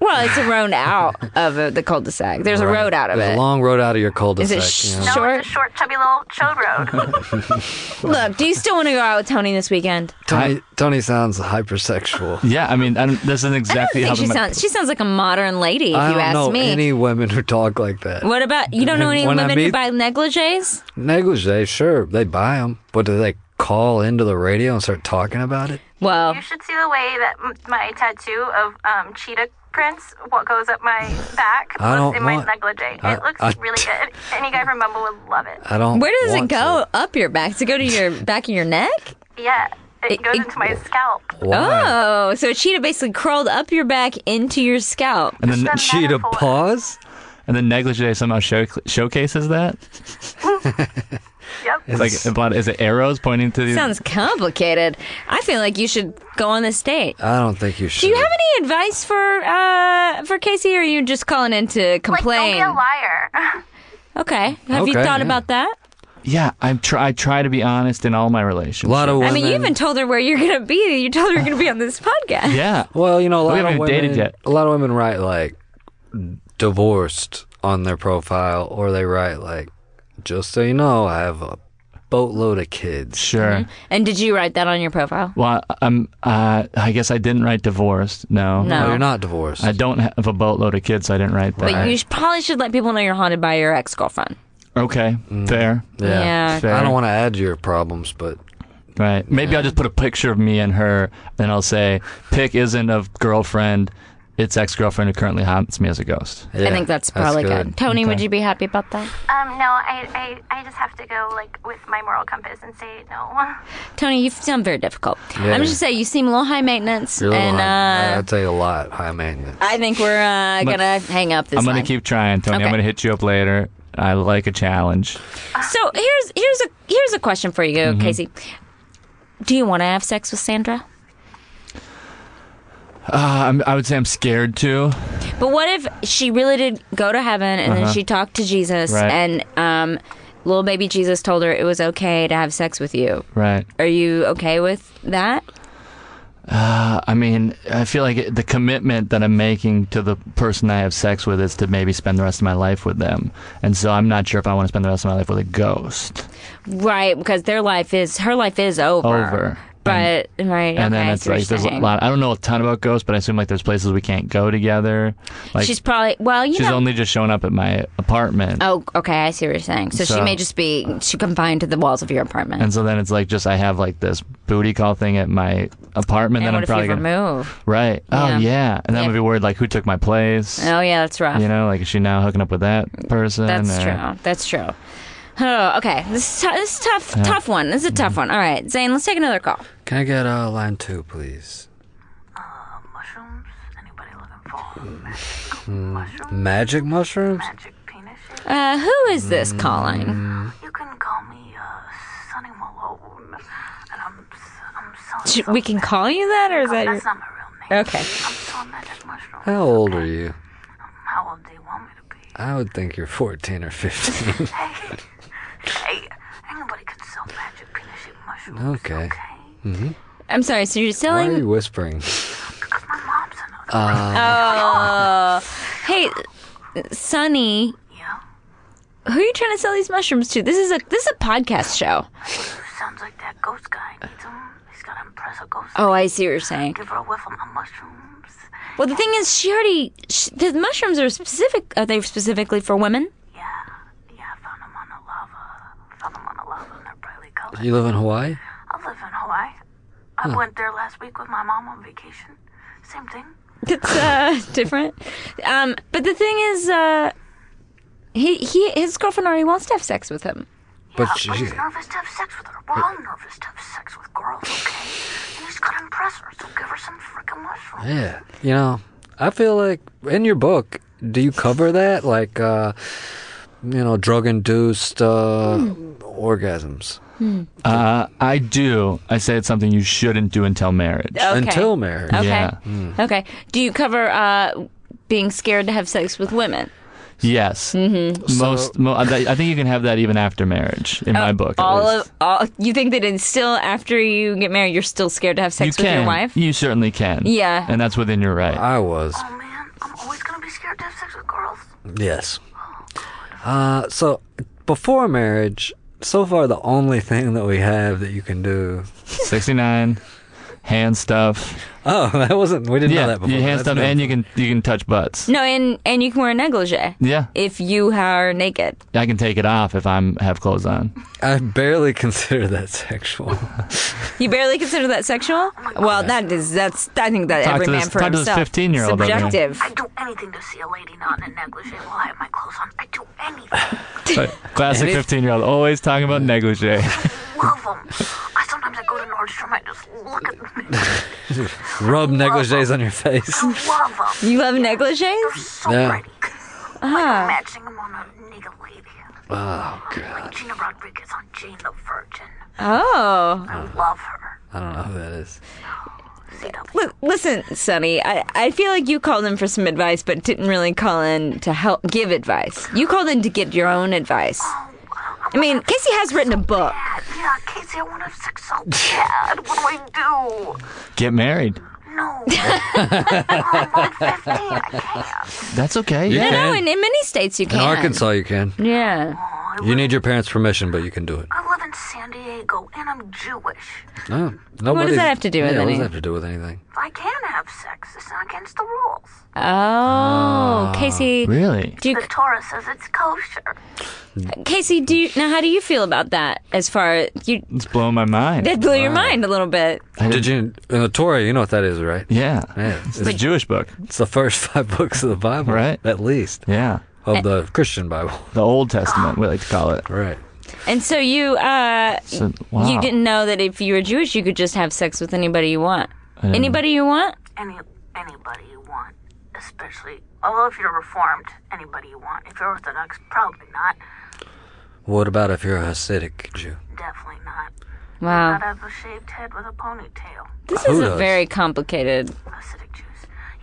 Well, it's a road out of uh, the cul-de-sac. There's a road out of there's it. a long road out of your Is cul-de-sac. it sh- you know? No, Short? it's a short, chubby little chode <laughs> road. Look, do you still want to go out with Tony this weekend? Tony, Tony <laughs> sounds hypersexual. Yeah, I mean, I don't, this isn't I don't exactly think how she the- sounds. She sounds like a modern lady. If I you don't ask know me. any women who talk like that. what about you? Don't know any When I women who meet- buy negligees? Negligee, sure, they buy them, but do they call into the radio and start talking about it? Well, You should see the way that m- my tattoo of um, cheetah prints, what goes up my back, I looks don't in want- my negligee. I- it looks I- really good. Any guy from Bumble would love it. I don't. where does it want go? Up your back? Does it go to <laughs> your back of your neck? Yeah, it, It- goes it- into my scalp. to. Why? Oh, so a cheetah basically crawled up your back into your scalp. and then That's a Cheetah metaphor. paws? and then negligee somehow show, showcases that. Yep. It's like a lot. Is it arrows pointing to the? Sounds complicated. I feel like you should go on this date. I don't think you should. Do you have any advice for uh for Casey, or are you just calling in to Like, don't complain? be a liar. <laughs> okay. Have you Okay, thought yeah. about that? yeah, I try. I try to be honest in all my a relationships. lot of I women. mean, you even told her where you're gonna be. You told her you're gonna be on this podcast. yeah. <laughs> Well, you know, a lot We haven't of even women, dated yet. A lot of women write like divorced on their profile, or they write like, just so you know, I have a boatload of kids. Sure. And did you write that on your profile? Mm-hmm. Well, I- I'm. Uh, I guess I didn't write divorced. No. No. No, you're not divorced. I don't have a boatload of kids. So I didn't write that. But you sh- probably should let people know you're haunted by your ex girlfriend. okay. Fair. Mm. yeah. Yeah. Fair. I don't want to add to your problems, but Right. Maybe I'll just put a picture of me and her, and I'll say, "Pick isn't of girlfriend. It's ex girlfriend who currently haunts me as a ghost." I yeah, think that's probably good. Tony, would Okay. you be happy about that? Um, no, I, I, I just have to go like with my moral compass and say no. <laughs> Tony, you sound very difficult. I'm just gonna say you seem a little high maintenance, You're a little and high- uh, I'd say a lot high maintenance. I think we're uh, gonna hang up this. I'm gonna line. keep trying, Tony. Okay. I'm gonna hit you up later. I like a challenge. So here's here's a here's a question for you, Casey. Do you want to have sex with Sandra? I'm, I would say I'm scared to. But what if she really did go to heaven and then she talked to Jesus Uh-huh. Right. and um, little baby Jesus told her it was okay to have sex with you? Right. Are you okay with that? I mean, I feel like it, the commitment that I'm making to the person I have sex with is to maybe spend the rest of my life with them, and so I'm not sure if I want to spend the rest of my life with a ghost. Right, because their life is her life is over. Over. But right, okay, and then I it's see what like you're there's a saying. lot. I don't know a ton about ghosts, but I assume like there's places we can't go together. Like She's probably well, you she's know. only just showing up at my apartment. Oh, okay. I see what you're saying. So, she So- may just be she confined to the walls of your apartment. And so then it's like just I have like this booty call thing at my apartment And what that I'm if probably you gonna remove? right. Yeah. Oh yeah, and then Yeah. I'm gonna be worried like who took my place. Oh yeah, that's rough. You know, like is she now hooking up with that person? That's or- true. That's true. Oh, okay. This is, t- this is tough. Tough one. This is a tough one. All right, Zane, let's take another call. Can I get uh, line two, please? Mushrooms? Anybody looking for Magic mushrooms? magic penis? Uh, who is this calling? You can call me uh, Sonny Malone, and I'm I'm Sonny. Should- We can call you that, or is that That's your? not my real name. Okay. I'm so magic mushroom. How old are you? How old do you want me to be? I would think you're 14 or 15. Hey, hey, anybody can sell magic peanut mushrooms. Okay. I'm sorry. So you're Why are selling? you whispering? <laughs> Because my mom's an Oh, hey, Sonny. Yeah. Who are you trying to sell these mushrooms to? This is a this is a podcast show. Sounds like that ghost guy needs him. He's got to impress a ghost. Oh, I see what you're saying. Give her a whiff of my mushrooms. Well, the thing is, she already she, the mushrooms are specific. Are they specifically for women? Yeah, yeah, I found him on the lava. Found him on the lava, and they're brightly colored. You live in Hawaii? I live in Hawaii. I went there last week with my mom on vacation. Same thing. It's uh, <laughs> different. Um, but the thing is, uh, he he his girlfriend already wants to have sex with him. But Yeah, she- he's nervous to have sex with her. We're all nervous to have sex with girls, okay? And he's gonna impress her, so give her some freaking mushrooms. Yeah. You know, I feel like in your book, do you cover that? Like, uh, you know, drug induced uh, orgasms Uh, I do. I say it's something you shouldn't do until marriage. Okay. until marriage. Okay. Yeah. Okay. Do you cover uh, being scared to have sex with women? Yes. Mm-hmm. Most. mo- I I think you can have that even after marriage in my book. at Uh, all least. of all. You think that it's still after you get married, you're still scared to have you sex with your can. wife? You certainly can. Yeah. And that's within your right. I was. Oh man, I'm always gonna be scared to have sex with girls. Yes. Uh, so before marriage, so far the only thing that we have that you can do. Sixty-nine. Hand stuff. Oh, <laughs> that wasn't. We didn't yeah. know that before. you hand That's stuff, new. and you can you can touch butts. No, and and you can wear a negligee Yeah. if you are naked. I can take it off if I'm have <laughs> clothes on. I barely <laughs> consider that sexual. You barely consider that sexual? Well, that is that's I think that Talk every to man this- for talk to this himself. 15-year-old over here. Subjective. I do anything to see a lady not in a negligee while I have my clothes on. I do anything. Classic fifteen-year-old always talking about <laughs> negligee. Love them. I sometimes I go to Nordstrom. I just look at them. Rub negligees on your face. Love them. You love negligees? So Yeah. pretty. Like matching them on a nigga lady. Oh god, Gina Rodriguez on Jane the Virgin. Oh. I love her. I don't know who that is. <laughs> Li- Listen, Sonny, I, I feel like you called in for some advice, but didn't really call in to help give advice. You called in to get your own advice. I mean, Casey has written a book. Dad, yeah, Casey, I want to have sex so bad. What do I do? Get married. No. I'm only 15. I can't. That's okay. You No, yeah. no, can. in, in many states you In can. Arkansas, you can. Yeah. You need your parents' permission, but you can do it. I live in San Diego and I'm Jewish. No, nobody. that have to do with yeah, What does anything? that have to do with anything? I can have sex. It's not against the rules. Ah. Oh, Casey. Really? Do you, The Torah says it's kosher. Casey, do you, now how do you feel about that? As far as you, It's blowing my mind. that blew your mind a little bit. Uh, Did you in the Torah? You know what that is, right? yeah. Yeah, it's, It's a Jewish book. it's the first <laughs> five books of the Bible, Right. At least Yeah. of the Christian Bible, <laughs> The Old Testament, we like to call it. right? And so you, uh, So, wow. Ah. you didn't know that if you were Jewish, you could just have sex with anybody you want. didn't- Anybody you want? Any anybody you want, especially although if you're reformed, anybody you want. If you're Orthodox, probably not. What about if you're a Hasidic Jew? Definitely not. Wow. Not have a shaved head with a ponytail. This is a does? very complicated. Hasidic Jews.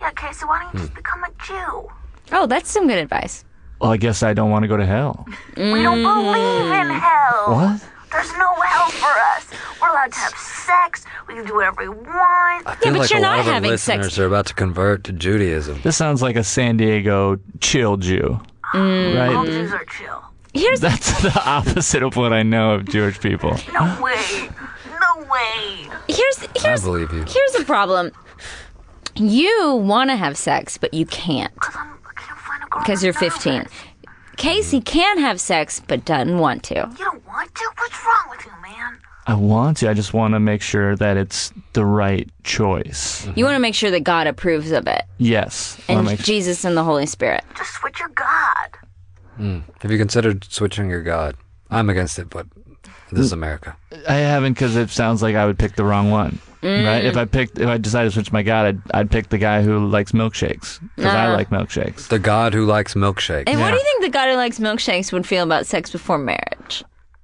Yeah, Casey, why don't you just become a Jew? Oh, that's some good advice. Well, I guess I don't want to go to hell. We don't believe in hell. What? There's no hell for us. We're allowed to have sex. We can do whatever we want. I feel but like you're a lot not of our having sex. listeners are about to convert to Judaism. This sounds like a San Diego chill Jew. Mm. All Right? Jews are chill. <laughs> Here's That's <laughs> the opposite of what I know of Jewish people. No way. No way. here's I here's believe you. here's the problem. You want to have sex, but you can't Because I'm I can't find a girl. because you're that's nervous. 15. Casey can have sex, but doesn't want to. You don't want to? What's wrong with you, man? I want to. I just want to make sure that it's the right choice. You want to make sure that God approves of it, Yes. I wanna and make- Jesus and the Holy Spirit. Just switch your God. Have you considered switching your god? I'm against it, but this Mm. is America. I haven't because it sounds like I would pick the wrong one. Mm. Right? If I picked, if I decided to switch my God, I'd, I'd pick the guy who likes milkshakes because Ah. I like milkshakes. The god who likes milkshake. And what Yeah. do you think the God who likes milkshakes would feel about sex before marriage?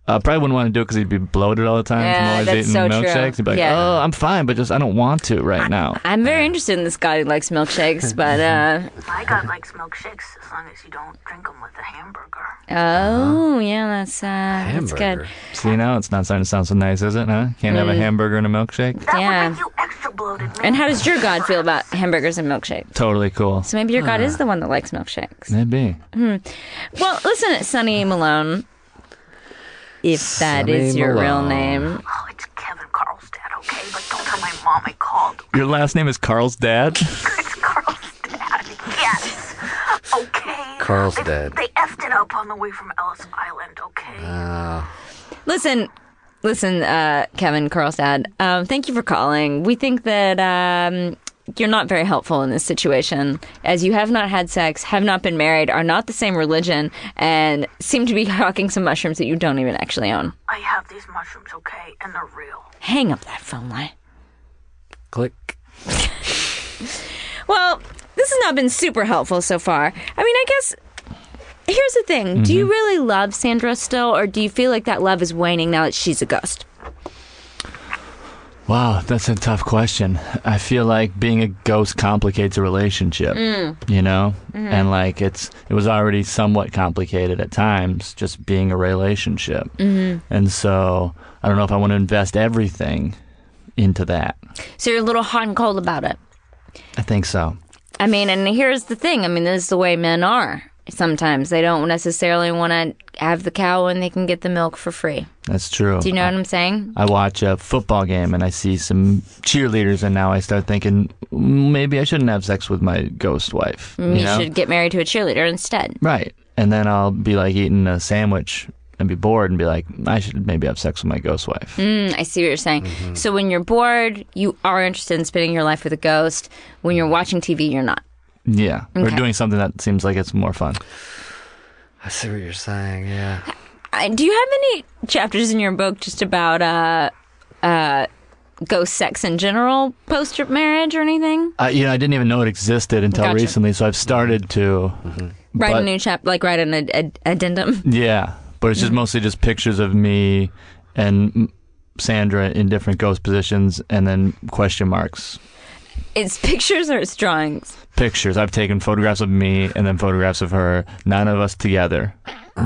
I Uh, probably wouldn't want to do it because he'd be bloated all the time Yeah, from always that's eating so true. milkshakes. He'd be like, Yeah. "Oh, I'm fine, but just I don't want to <laughs> right now." I'm Uh, very interested in this God who likes <laughs> milkshakes, but uh, My God likes milkshakes as long as you don't drink them with a hamburger. oh yeah, that's uh, that's Uh-huh. Hamburger. good. See now, it's not starting to sound so nice, is it? Huh? Can't Mm. have a hamburger and a milkshake. That Yeah. would make you extra bloated, man. And how does your God feel about hamburgers and milkshakes? Totally cool. So maybe your God Uh. is the one that likes milkshakes. Maybe. Mm-hmm. Well, listen, Sonny Malone. If that is Sonny your real Malone. name, Oh, it's Kevin Carlstad, okay? But don't tell my mom I called. <laughs> Your last name is Carl's dad. It's Carlstad, yes. Okay. Carl's they, dead. They effed it up on the way from Ellis Island, okay? listen, listen, uh, Kevin Carlstad. Um, thank you for calling. We think that um, you're not very helpful in this situation, as you have not had sex, have not been married, are not the same religion, and seem to be <laughs> hawking some mushrooms that you don't even actually own. I have these mushrooms, okay? And they're real. Hang up that phone line. Click. Well, this has not been super helpful so far. I mean, I guess here's the thing: Do you really love Sandra still, or do you feel like that love is waning now that she's a ghost? Wow, that's a tough question. I feel like being a ghost complicates a relationship, Mm. you know? Mm-hmm. And like it's it was already somewhat complicated at times just being a relationship. Mm-hmm. And so I don't know if I want to invest everything into that. So you're a little hot and cold about it. I think so. I mean, and here's the thing. I mean, this is the way men are. Sometimes they don't necessarily want to have the cow when they can get the milk for free. That's true. Do you know what I'm saying? I watch a football game and I see some cheerleaders, and now I start thinking "Mm, maybe I shouldn't have sex with my ghost wife. You, Mm, You, know? should get married to a cheerleader instead. Right. And then I'll be like eating a sandwich and be bored and be like, I should maybe have sex with my ghost wife. Mm, I see what you're saying. So when you're bored, you are interested in spending your life with a ghost. When you're watching TV, you're not. Yeah. Or Okay. doing something that seems like it's more fun. I see what you're saying. Yeah. I, do you have any chapters in your book just about uh, uh, ghost sex in general, post marriage or anything? I, you know, I didn't even know it existed until Gotcha. recently, so I've started to. Write a But- new chapter, like write an ad- ad- <laughs> addendum. Yeah. But it's just Mm. mostly just pictures of me and m- Sandra in different ghost positions and then question marks. It's pictures or it's drawings. Pictures. I've taken photographs of me and then photographs of her. None of us together,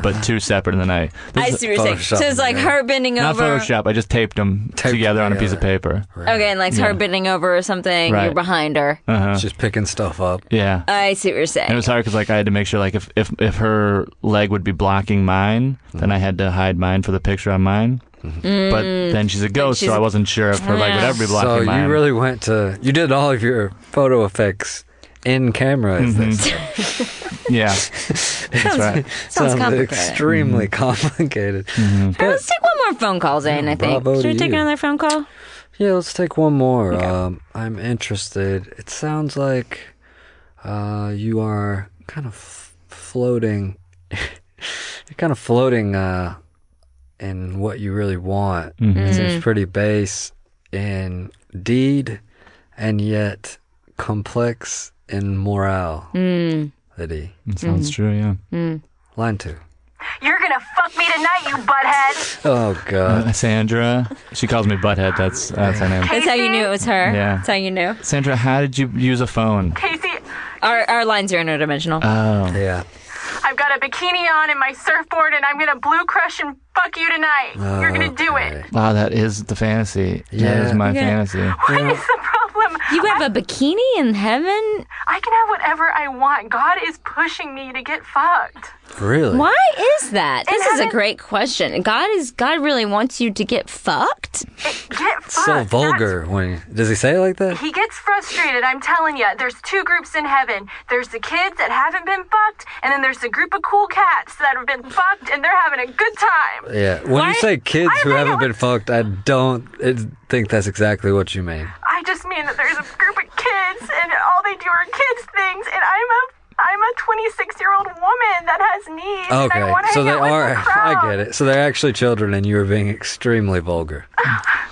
but two separate. And then I. I see what you're saying. So it's Photoshop, like yeah. her bending not over. Photoshop. I just taped them Taped together on a piece of together. paper. Okay, and like her bending over or something. You're Right. behind her. She's picking stuff up. Yeah. I see what you're saying. and it was hard because like I had to make sure like if, if if her leg would be blocking mine, then Mm-hmm. I had to hide mine for the picture on mine. But then she's a ghost, Mm-hmm. she's- so I wasn't sure if her leg would ever be blocking So mine. you really went to you did all of your photo effects in camera. as they say. <laughs> yeah, that's right. Sounds Sounds complicated. extremely complicated. All right, let's take one more phone call, Zane, I think. bravo Should we to take you. another phone call? Yeah, let's take one more. Um, I'm interested. It sounds like uh, you are kind of f- floating. <laughs> you're kind of floating uh, in what you really want. It seems pretty base in deed, and yet complex in morality. That Mm. sounds true. Yeah, Line two. You're gonna fuck me tonight, you butthead. Oh God. <laughs> Mm. Uh, Sandra. She calls me butthead. That's that's her name. <laughs> That's how you knew it was her. Yeah. That's how you knew. Sandra, how did you use a phone? Casey, Our, our lines are interdimensional. Oh, Yeah. I've got a bikini on and my surfboard, and I'm gonna blue crush and fuck you tonight. You're gonna do it. wow, that is the fantasy. That Yeah. is my Yeah. fantasy. <laughs> What is the problem? you have a bikini in heaven? I can have whatever I want. God is pushing me to get fucked. Really? Why is that? This is a great question. God is God really wants you to get fucked? Get fucked. So That's- vulgar. When does he say it like that? He gets frustrated, I'm telling you. There's two groups in heaven. There's the kids that haven't been fucked, and then there's the group of cool cats that have been fucked and they're having a good time. Yeah, when Why- you say kids who think it haven't been fucked, I don't uh, think that's exactly what you mean. I just mean that there's a group of kids and all they do are kids things and I'm a I'm a 26 year old woman that has needs. and I Okay, wanna so hang they out with are. <laughs> the I crowd. get it. So they're actually children, and you are being extremely vulgar.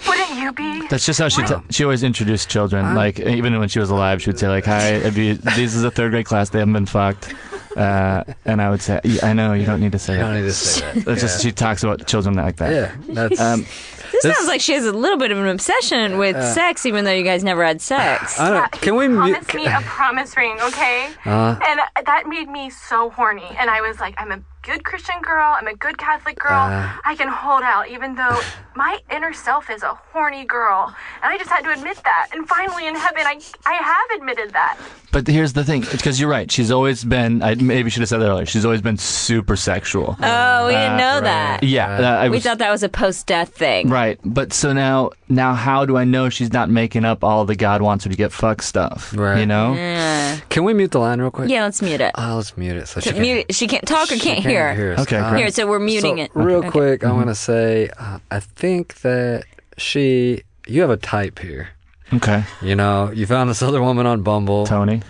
Wouldn't you be? That's just how she t- she always introduced children. like even when she was alive, she would say like, "Hi, have you, this is a third grade class. They haven't been fucked." Uh, and I would say, "Yeah, "I know you don't need to say You don't that." need to <laughs> say that. That's just she talks about children like that. Yeah, that's. Um, This, This- sounds like she has a little bit of an obsession with sex, even though you guys never had sex. <sighs> I don't. <laughs> Can we Uh-huh. mute? promised me a promise ring, okay? and that made me so horny. And I was like, I'm a good Christian girl. I'm a good Catholic girl. Uh-huh. I can hold out, even <sighs> though my inner self is a horny girl. And I just had to admit that. And finally, in heaven, I I have admitted that. But here's the thing, because you're right. She's always been. I maybe should have said that earlier. She's always been super sexual. Uh, oh, we didn't know that. yeah, uh, I We was, thought that was a post death thing. right. But so now, now how do I know she's not making up all the God wants her to get fucked stuff? Right. You know. Yeah. Can we mute the line real quick? Yeah, let's mute <sighs> it. Oh, let's mute it so she She, can mute, she can't talk or she can't, can't hear. hear us. Okay, Mm-hmm. Uh, great. Here, so we're muting so, it. Real quick, I want to say uh, I think that she. You have a type here. Okay. You know, you found this other woman on Bumble. Tony.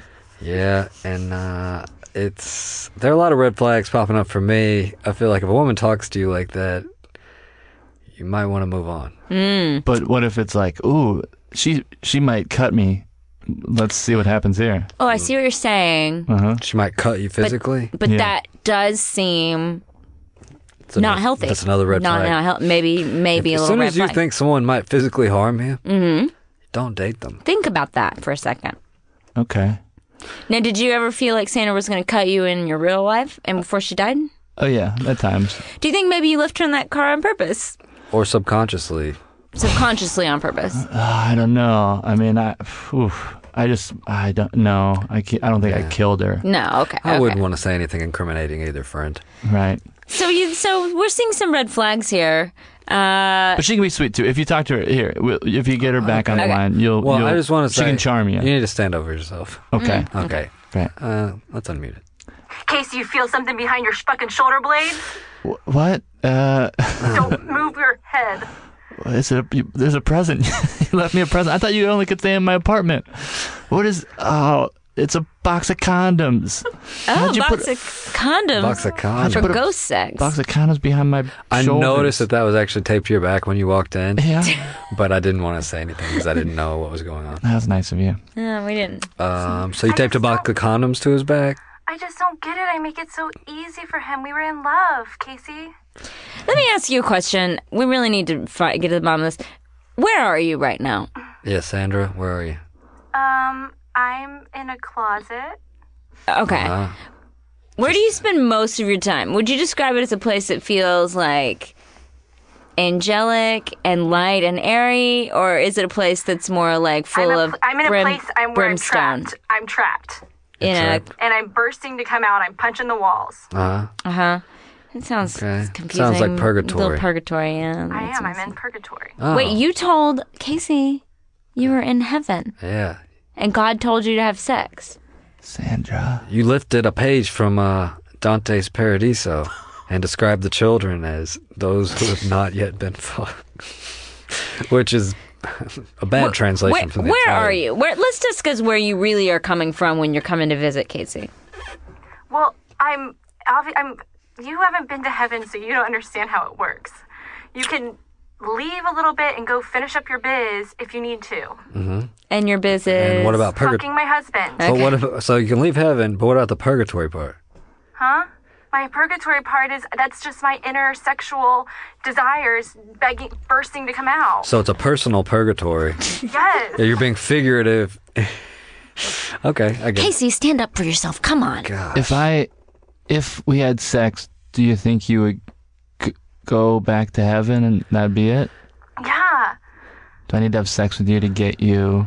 Yeah, and uh, it's there are a lot of red flags popping up for me. I feel like if a woman talks to you like that, you might want to move on. Hmm. But what if it's like, ooh, she she might cut me. Let's see what happens here. Oh, I see what you're saying. She might cut you physically. But Yeah. that does seem It's another- not healthy. That's another red not, flag. Not healthy. Maybe, maybe a as little soon red as you flag. Mm-hmm. think someone might physically harm you, don't date them. think about that for a second. Okay. Now, did you ever feel like Santa was going to cut you in your real life and before she died? Oh yeah, at times. Do you think maybe you left her in that car on purpose? Or subconsciously. Subconsciously on purpose. I don't know. I mean, I, oof, I just, I don't know. I can't, I don't think I killed her. No, okay. I okay. wouldn't want to say anything incriminating either, friend. Right. So you, so we're seeing some red flags here. Uh, But she can be sweet too. If you talk to her here, w- if you get her back on the Okay. line, you'll. Well, you'll- I just want to She say can charm you. You need to stand over yourself. Okay. Mm-hmm. Okay. Right. Uh, let's unmute it. Casey, you feel something behind your fucking shoulder <laughs> blades? Wh- What? Uh, <laughs> Don't move your head. is it? A, you- there's a present. <laughs> you left me a present. I thought you only could stay in my apartment. What is? Oh, it's a box of condoms. oh, How'd you box put of condoms Box of condoms. for put a Uh-huh. ghost sex. box of condoms behind my. I shoulders? noticed that that was actually taped to your back when you walked in, Yeah, but I didn't want to say anything because I didn't know what was going on. that was nice of you. No, we didn't. Um, so you taped a box of condoms to his back. I just don't get it. I make it so easy for him. We were in love, Casey. Let me ask you a question. We really need to fi- get to the bottom of this. Where are you right now? Yeah, Sandra, where are you? Um, I'm in a closet. Okay. Uh-huh. Where do you spend most of your time? Would you describe it as a place that feels like angelic and light and airy, or is it a place that's more like full I'm, a, of pl- I'm in brim- a place I'm where I'm brimstone? trapped. I'm trapped. In a- Trapped. And I'm bursting to come out. I'm punching the walls. Uh, Uh-huh. It sounds Okay. confusing. Sounds like purgatory. Little purgatory, yeah. I That's am. what I'm in purgatory. oh, Wait, you told Casey you were in heaven Yeah, and God told you to have sex. Sandra. you lifted a page from uh, Dante's Paradiso and described the children as those who have not yet been fucked, <laughs> which is a bad translation Where, from the where entire- are you? Where, let's discuss where you really are coming from when you're coming to visit Casey. Well, I'm. Obvi- I'm. You haven't been to heaven, so you don't understand how it works. You can leave a little bit and go finish up your biz if you need to. And your business. And what about purgatory? Fucking my husband. But what if, so you can leave heaven, but what about the purgatory part? Huh? My purgatory part is that's just my inner sexual desires begging, bursting to come <laughs> out. So it's a <laughs> personal purgatory. Yes. Yeah, You're being figurative. <laughs> okay, I get it. Casey, stand up for yourself. Come on. If I, if we had sex, do you think you would g- go back to heaven and that'd be it? Yeah. Do I need to have sex with you to get you?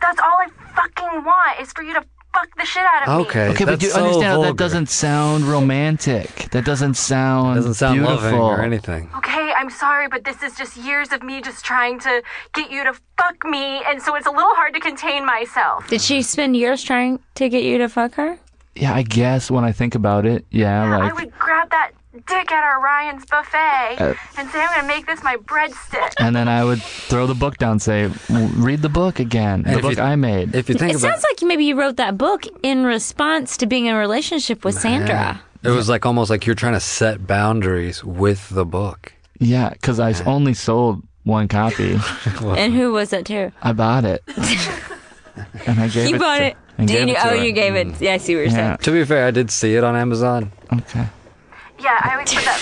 That's all I fucking want is for you to fuck the shit out of me. Okay, Okay, that's but you so understand how vulgar. that doesn't sound romantic. That doesn't sound doesn't sound beautiful. loving or anything. Okay, I'm sorry, but this is just years of me just trying to get you to fuck me, and so it's a little hard to contain myself. Did she spend years trying to get you to fuck her? Yeah, I guess when I think about it, yeah, I like would grab that dick at Orion's buffet Uh, and say, I'm gonna make this my breadstick. and then I would throw the book down and say, "W- "Read the book again. The if you- book I made." If you think It about sounds like maybe you wrote that book in response to being in a relationship with Sandra. it, it was like almost like you're trying to set boundaries with the book. yeah, cuz I s- only sold one copy. And who was that to? I <laughs> bought it. and I gave You it bought to- it. And Do you gave knew- it to oh, her. Mm. you gave it. Yeah, I see what you're Yeah. saying. To be fair, I did see it on Amazon. Okay. Yeah, I always put that.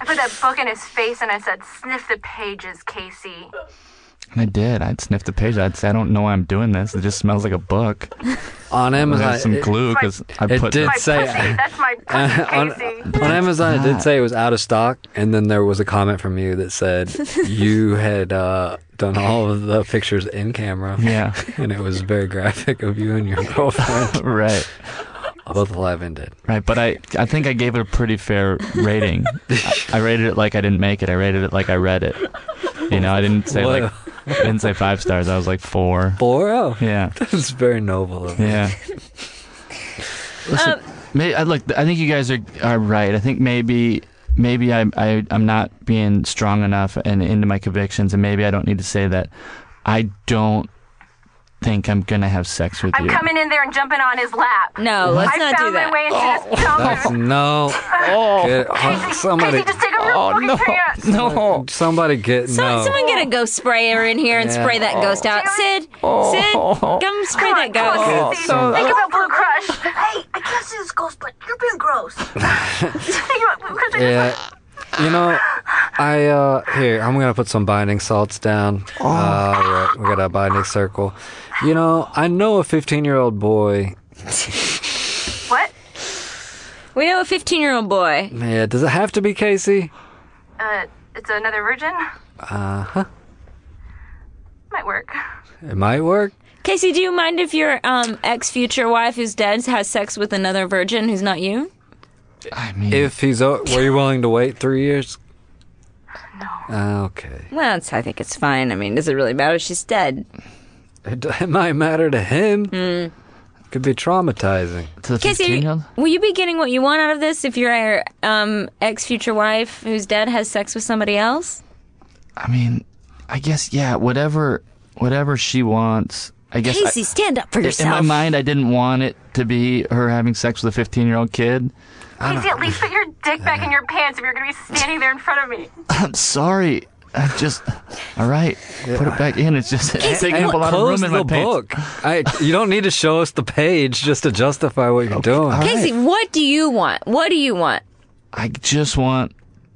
I put that book in his face and I said, sniff the pages, Casey. And I did. I'd sniff the page. I'd say, "I don't know why I'm doing this. It just smells like a book." On And Amazon, there's some it- glue cuz I it put did My the- Say- uh, pussy. That's my <laughs> on, uh, pussy, Casey. on Amazon, it did say it was out of stock, and then there was a comment from you <laughs> that said you had uh, done all of the pictures in camera. <laughs> Yeah. and it was very graphic of you and your <laughs> girlfriend, Right. both alive and dead. Right, but I I think I gave it a pretty fair rating. I, I rated it like I didn't make it. I rated it like I read it. You know, I didn't say like I didn't say five stars. I was like <laughs> four. Four oh. Yeah, It's very noble of you. yeah. Listen, may, I, look, I think you guys are are right. I think maybe maybe I, I I'm not being strong enough and into my convictions, and maybe I don't need to say that. I don't think I'm gonna have sex with I'm you. coming in there and jumping on his lap. No, let's I not do found my that. way into this Oh, That's dumb. no. Oh, get, oh, somebody. Casey, just take off your Oh fucking no, pants. no. Somebody get So, no. Someone get a ghost sprayer in here and Yeah. spray that ghost out. Sid, Oh. Sid, come spray that Come ghost. on, Casey. Think about Blue <laughs> Crush. Hey, I can't see this ghost, but you're being gross. Think about Blue Crush. Yeah. You know, I uh here, I'm gonna put some binding salts down. All right, we got a binding circle. You know, I know a fifteen year old boy. What? We know a 15 year old boy. Yeah, does it have to be Casey? Uh, it's another virgin? Uh huh. Might work. It might work. Casey, do you mind if your um, ex future wife who's dead has sex with another virgin who's not you? I mean, If he's o- were you willing to wait three years? No. Okay. Well, it's, I think it's fine. I mean, does it really matter? She's dead. It, d- it might matter to him. Could be traumatizing. to the Casey, 15-year-old? will you be getting what you want out of this if your um, ex future wife who's dead has sex with somebody else? I mean, I guess yeah. Whatever, whatever she wants. I guess I- Casey, stand up for in my yourself. mind, I didn't want it to be her having sex with a 15-year-old kid. Casey, at least put your dick back in your pants if you're going to be standing there in front of me. I'm sorry. I just, all right, put it back in. It's just it's taking up a lot of Close room in my the pants. book. I, you don't need to show us the page just to justify what you're doing. Casey, what do you want? What do you want? I just want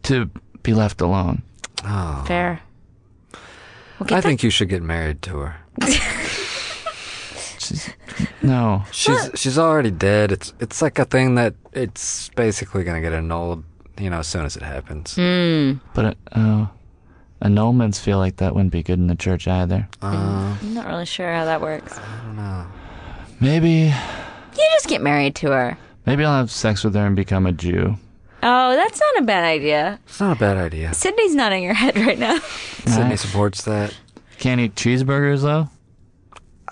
to be left alone. Fair. Well, get I the- think you should get married to her. She's, no, She's she's already dead. It's it's like a thing that it's basically gonna get annulled, you know, as soon as it happens. but uh, annulments feel like that wouldn't be good in the church either. I'm not really sure how that works. Maybe, You just get married to her. maybe I'll have sex with her and become a Jew. Oh, that's not a bad idea. It's not a bad idea. Sydney's nodding her head right now. Sydney supports that. Can't eat cheeseburgers though.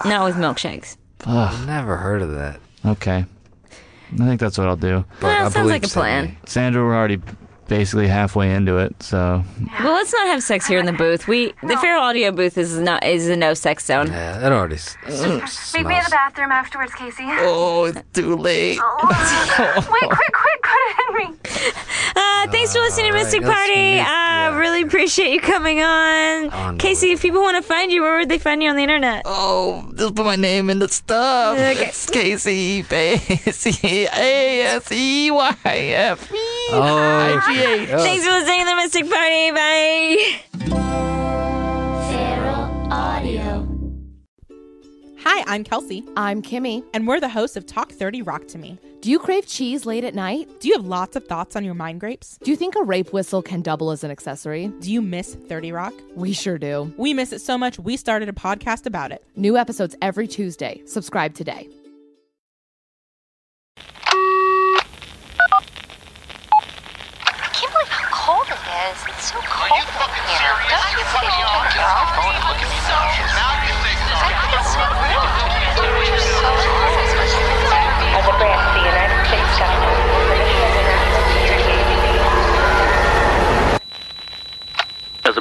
<laughs> Not with milkshakes. Ugh. Never heard of that. Okay, I think that's what I'll do. But Well, I sounds like a believe plan. Sydney. Sandra, we're already basically halfway into it, so Well, let's not have sex here in the booth. We the Feral Audio booth is not is a no sex zone. Yeah, it already. s- s- Meet me in the smells. bathroom afterwards, Casey. oh, it's too late. Oh. Wait, quick, quick, put it in me. Uh, thanks for listening to Alright, Mystic let's Party. mute- Uh, yeah. really appreciate you coming on. On Casey, if people want to find you, where would they find you on the internet? Oh, just put my name in the stuff. Okay. It's Casey <laughs> A-S-E-Y-F-E. Oh, Thanks for listening to the Mystic Party. Bye. Hi, I'm Kelsey, I'm Kimmy. and we're the hosts of Talk 30 Rock to Me. Do you crave cheese late at night? Do you have lots of thoughts on your mind grapes? Do you think a rape whistle can double as an accessory? Do you miss 30 Rock? We sure do. We miss it so much, we started a podcast about it. New episodes every Tuesday. Subscribe today. I can't believe how cold it is. It's so cold in here. Don't you think you're girl? I think it's so real. Temperature's so cold. As a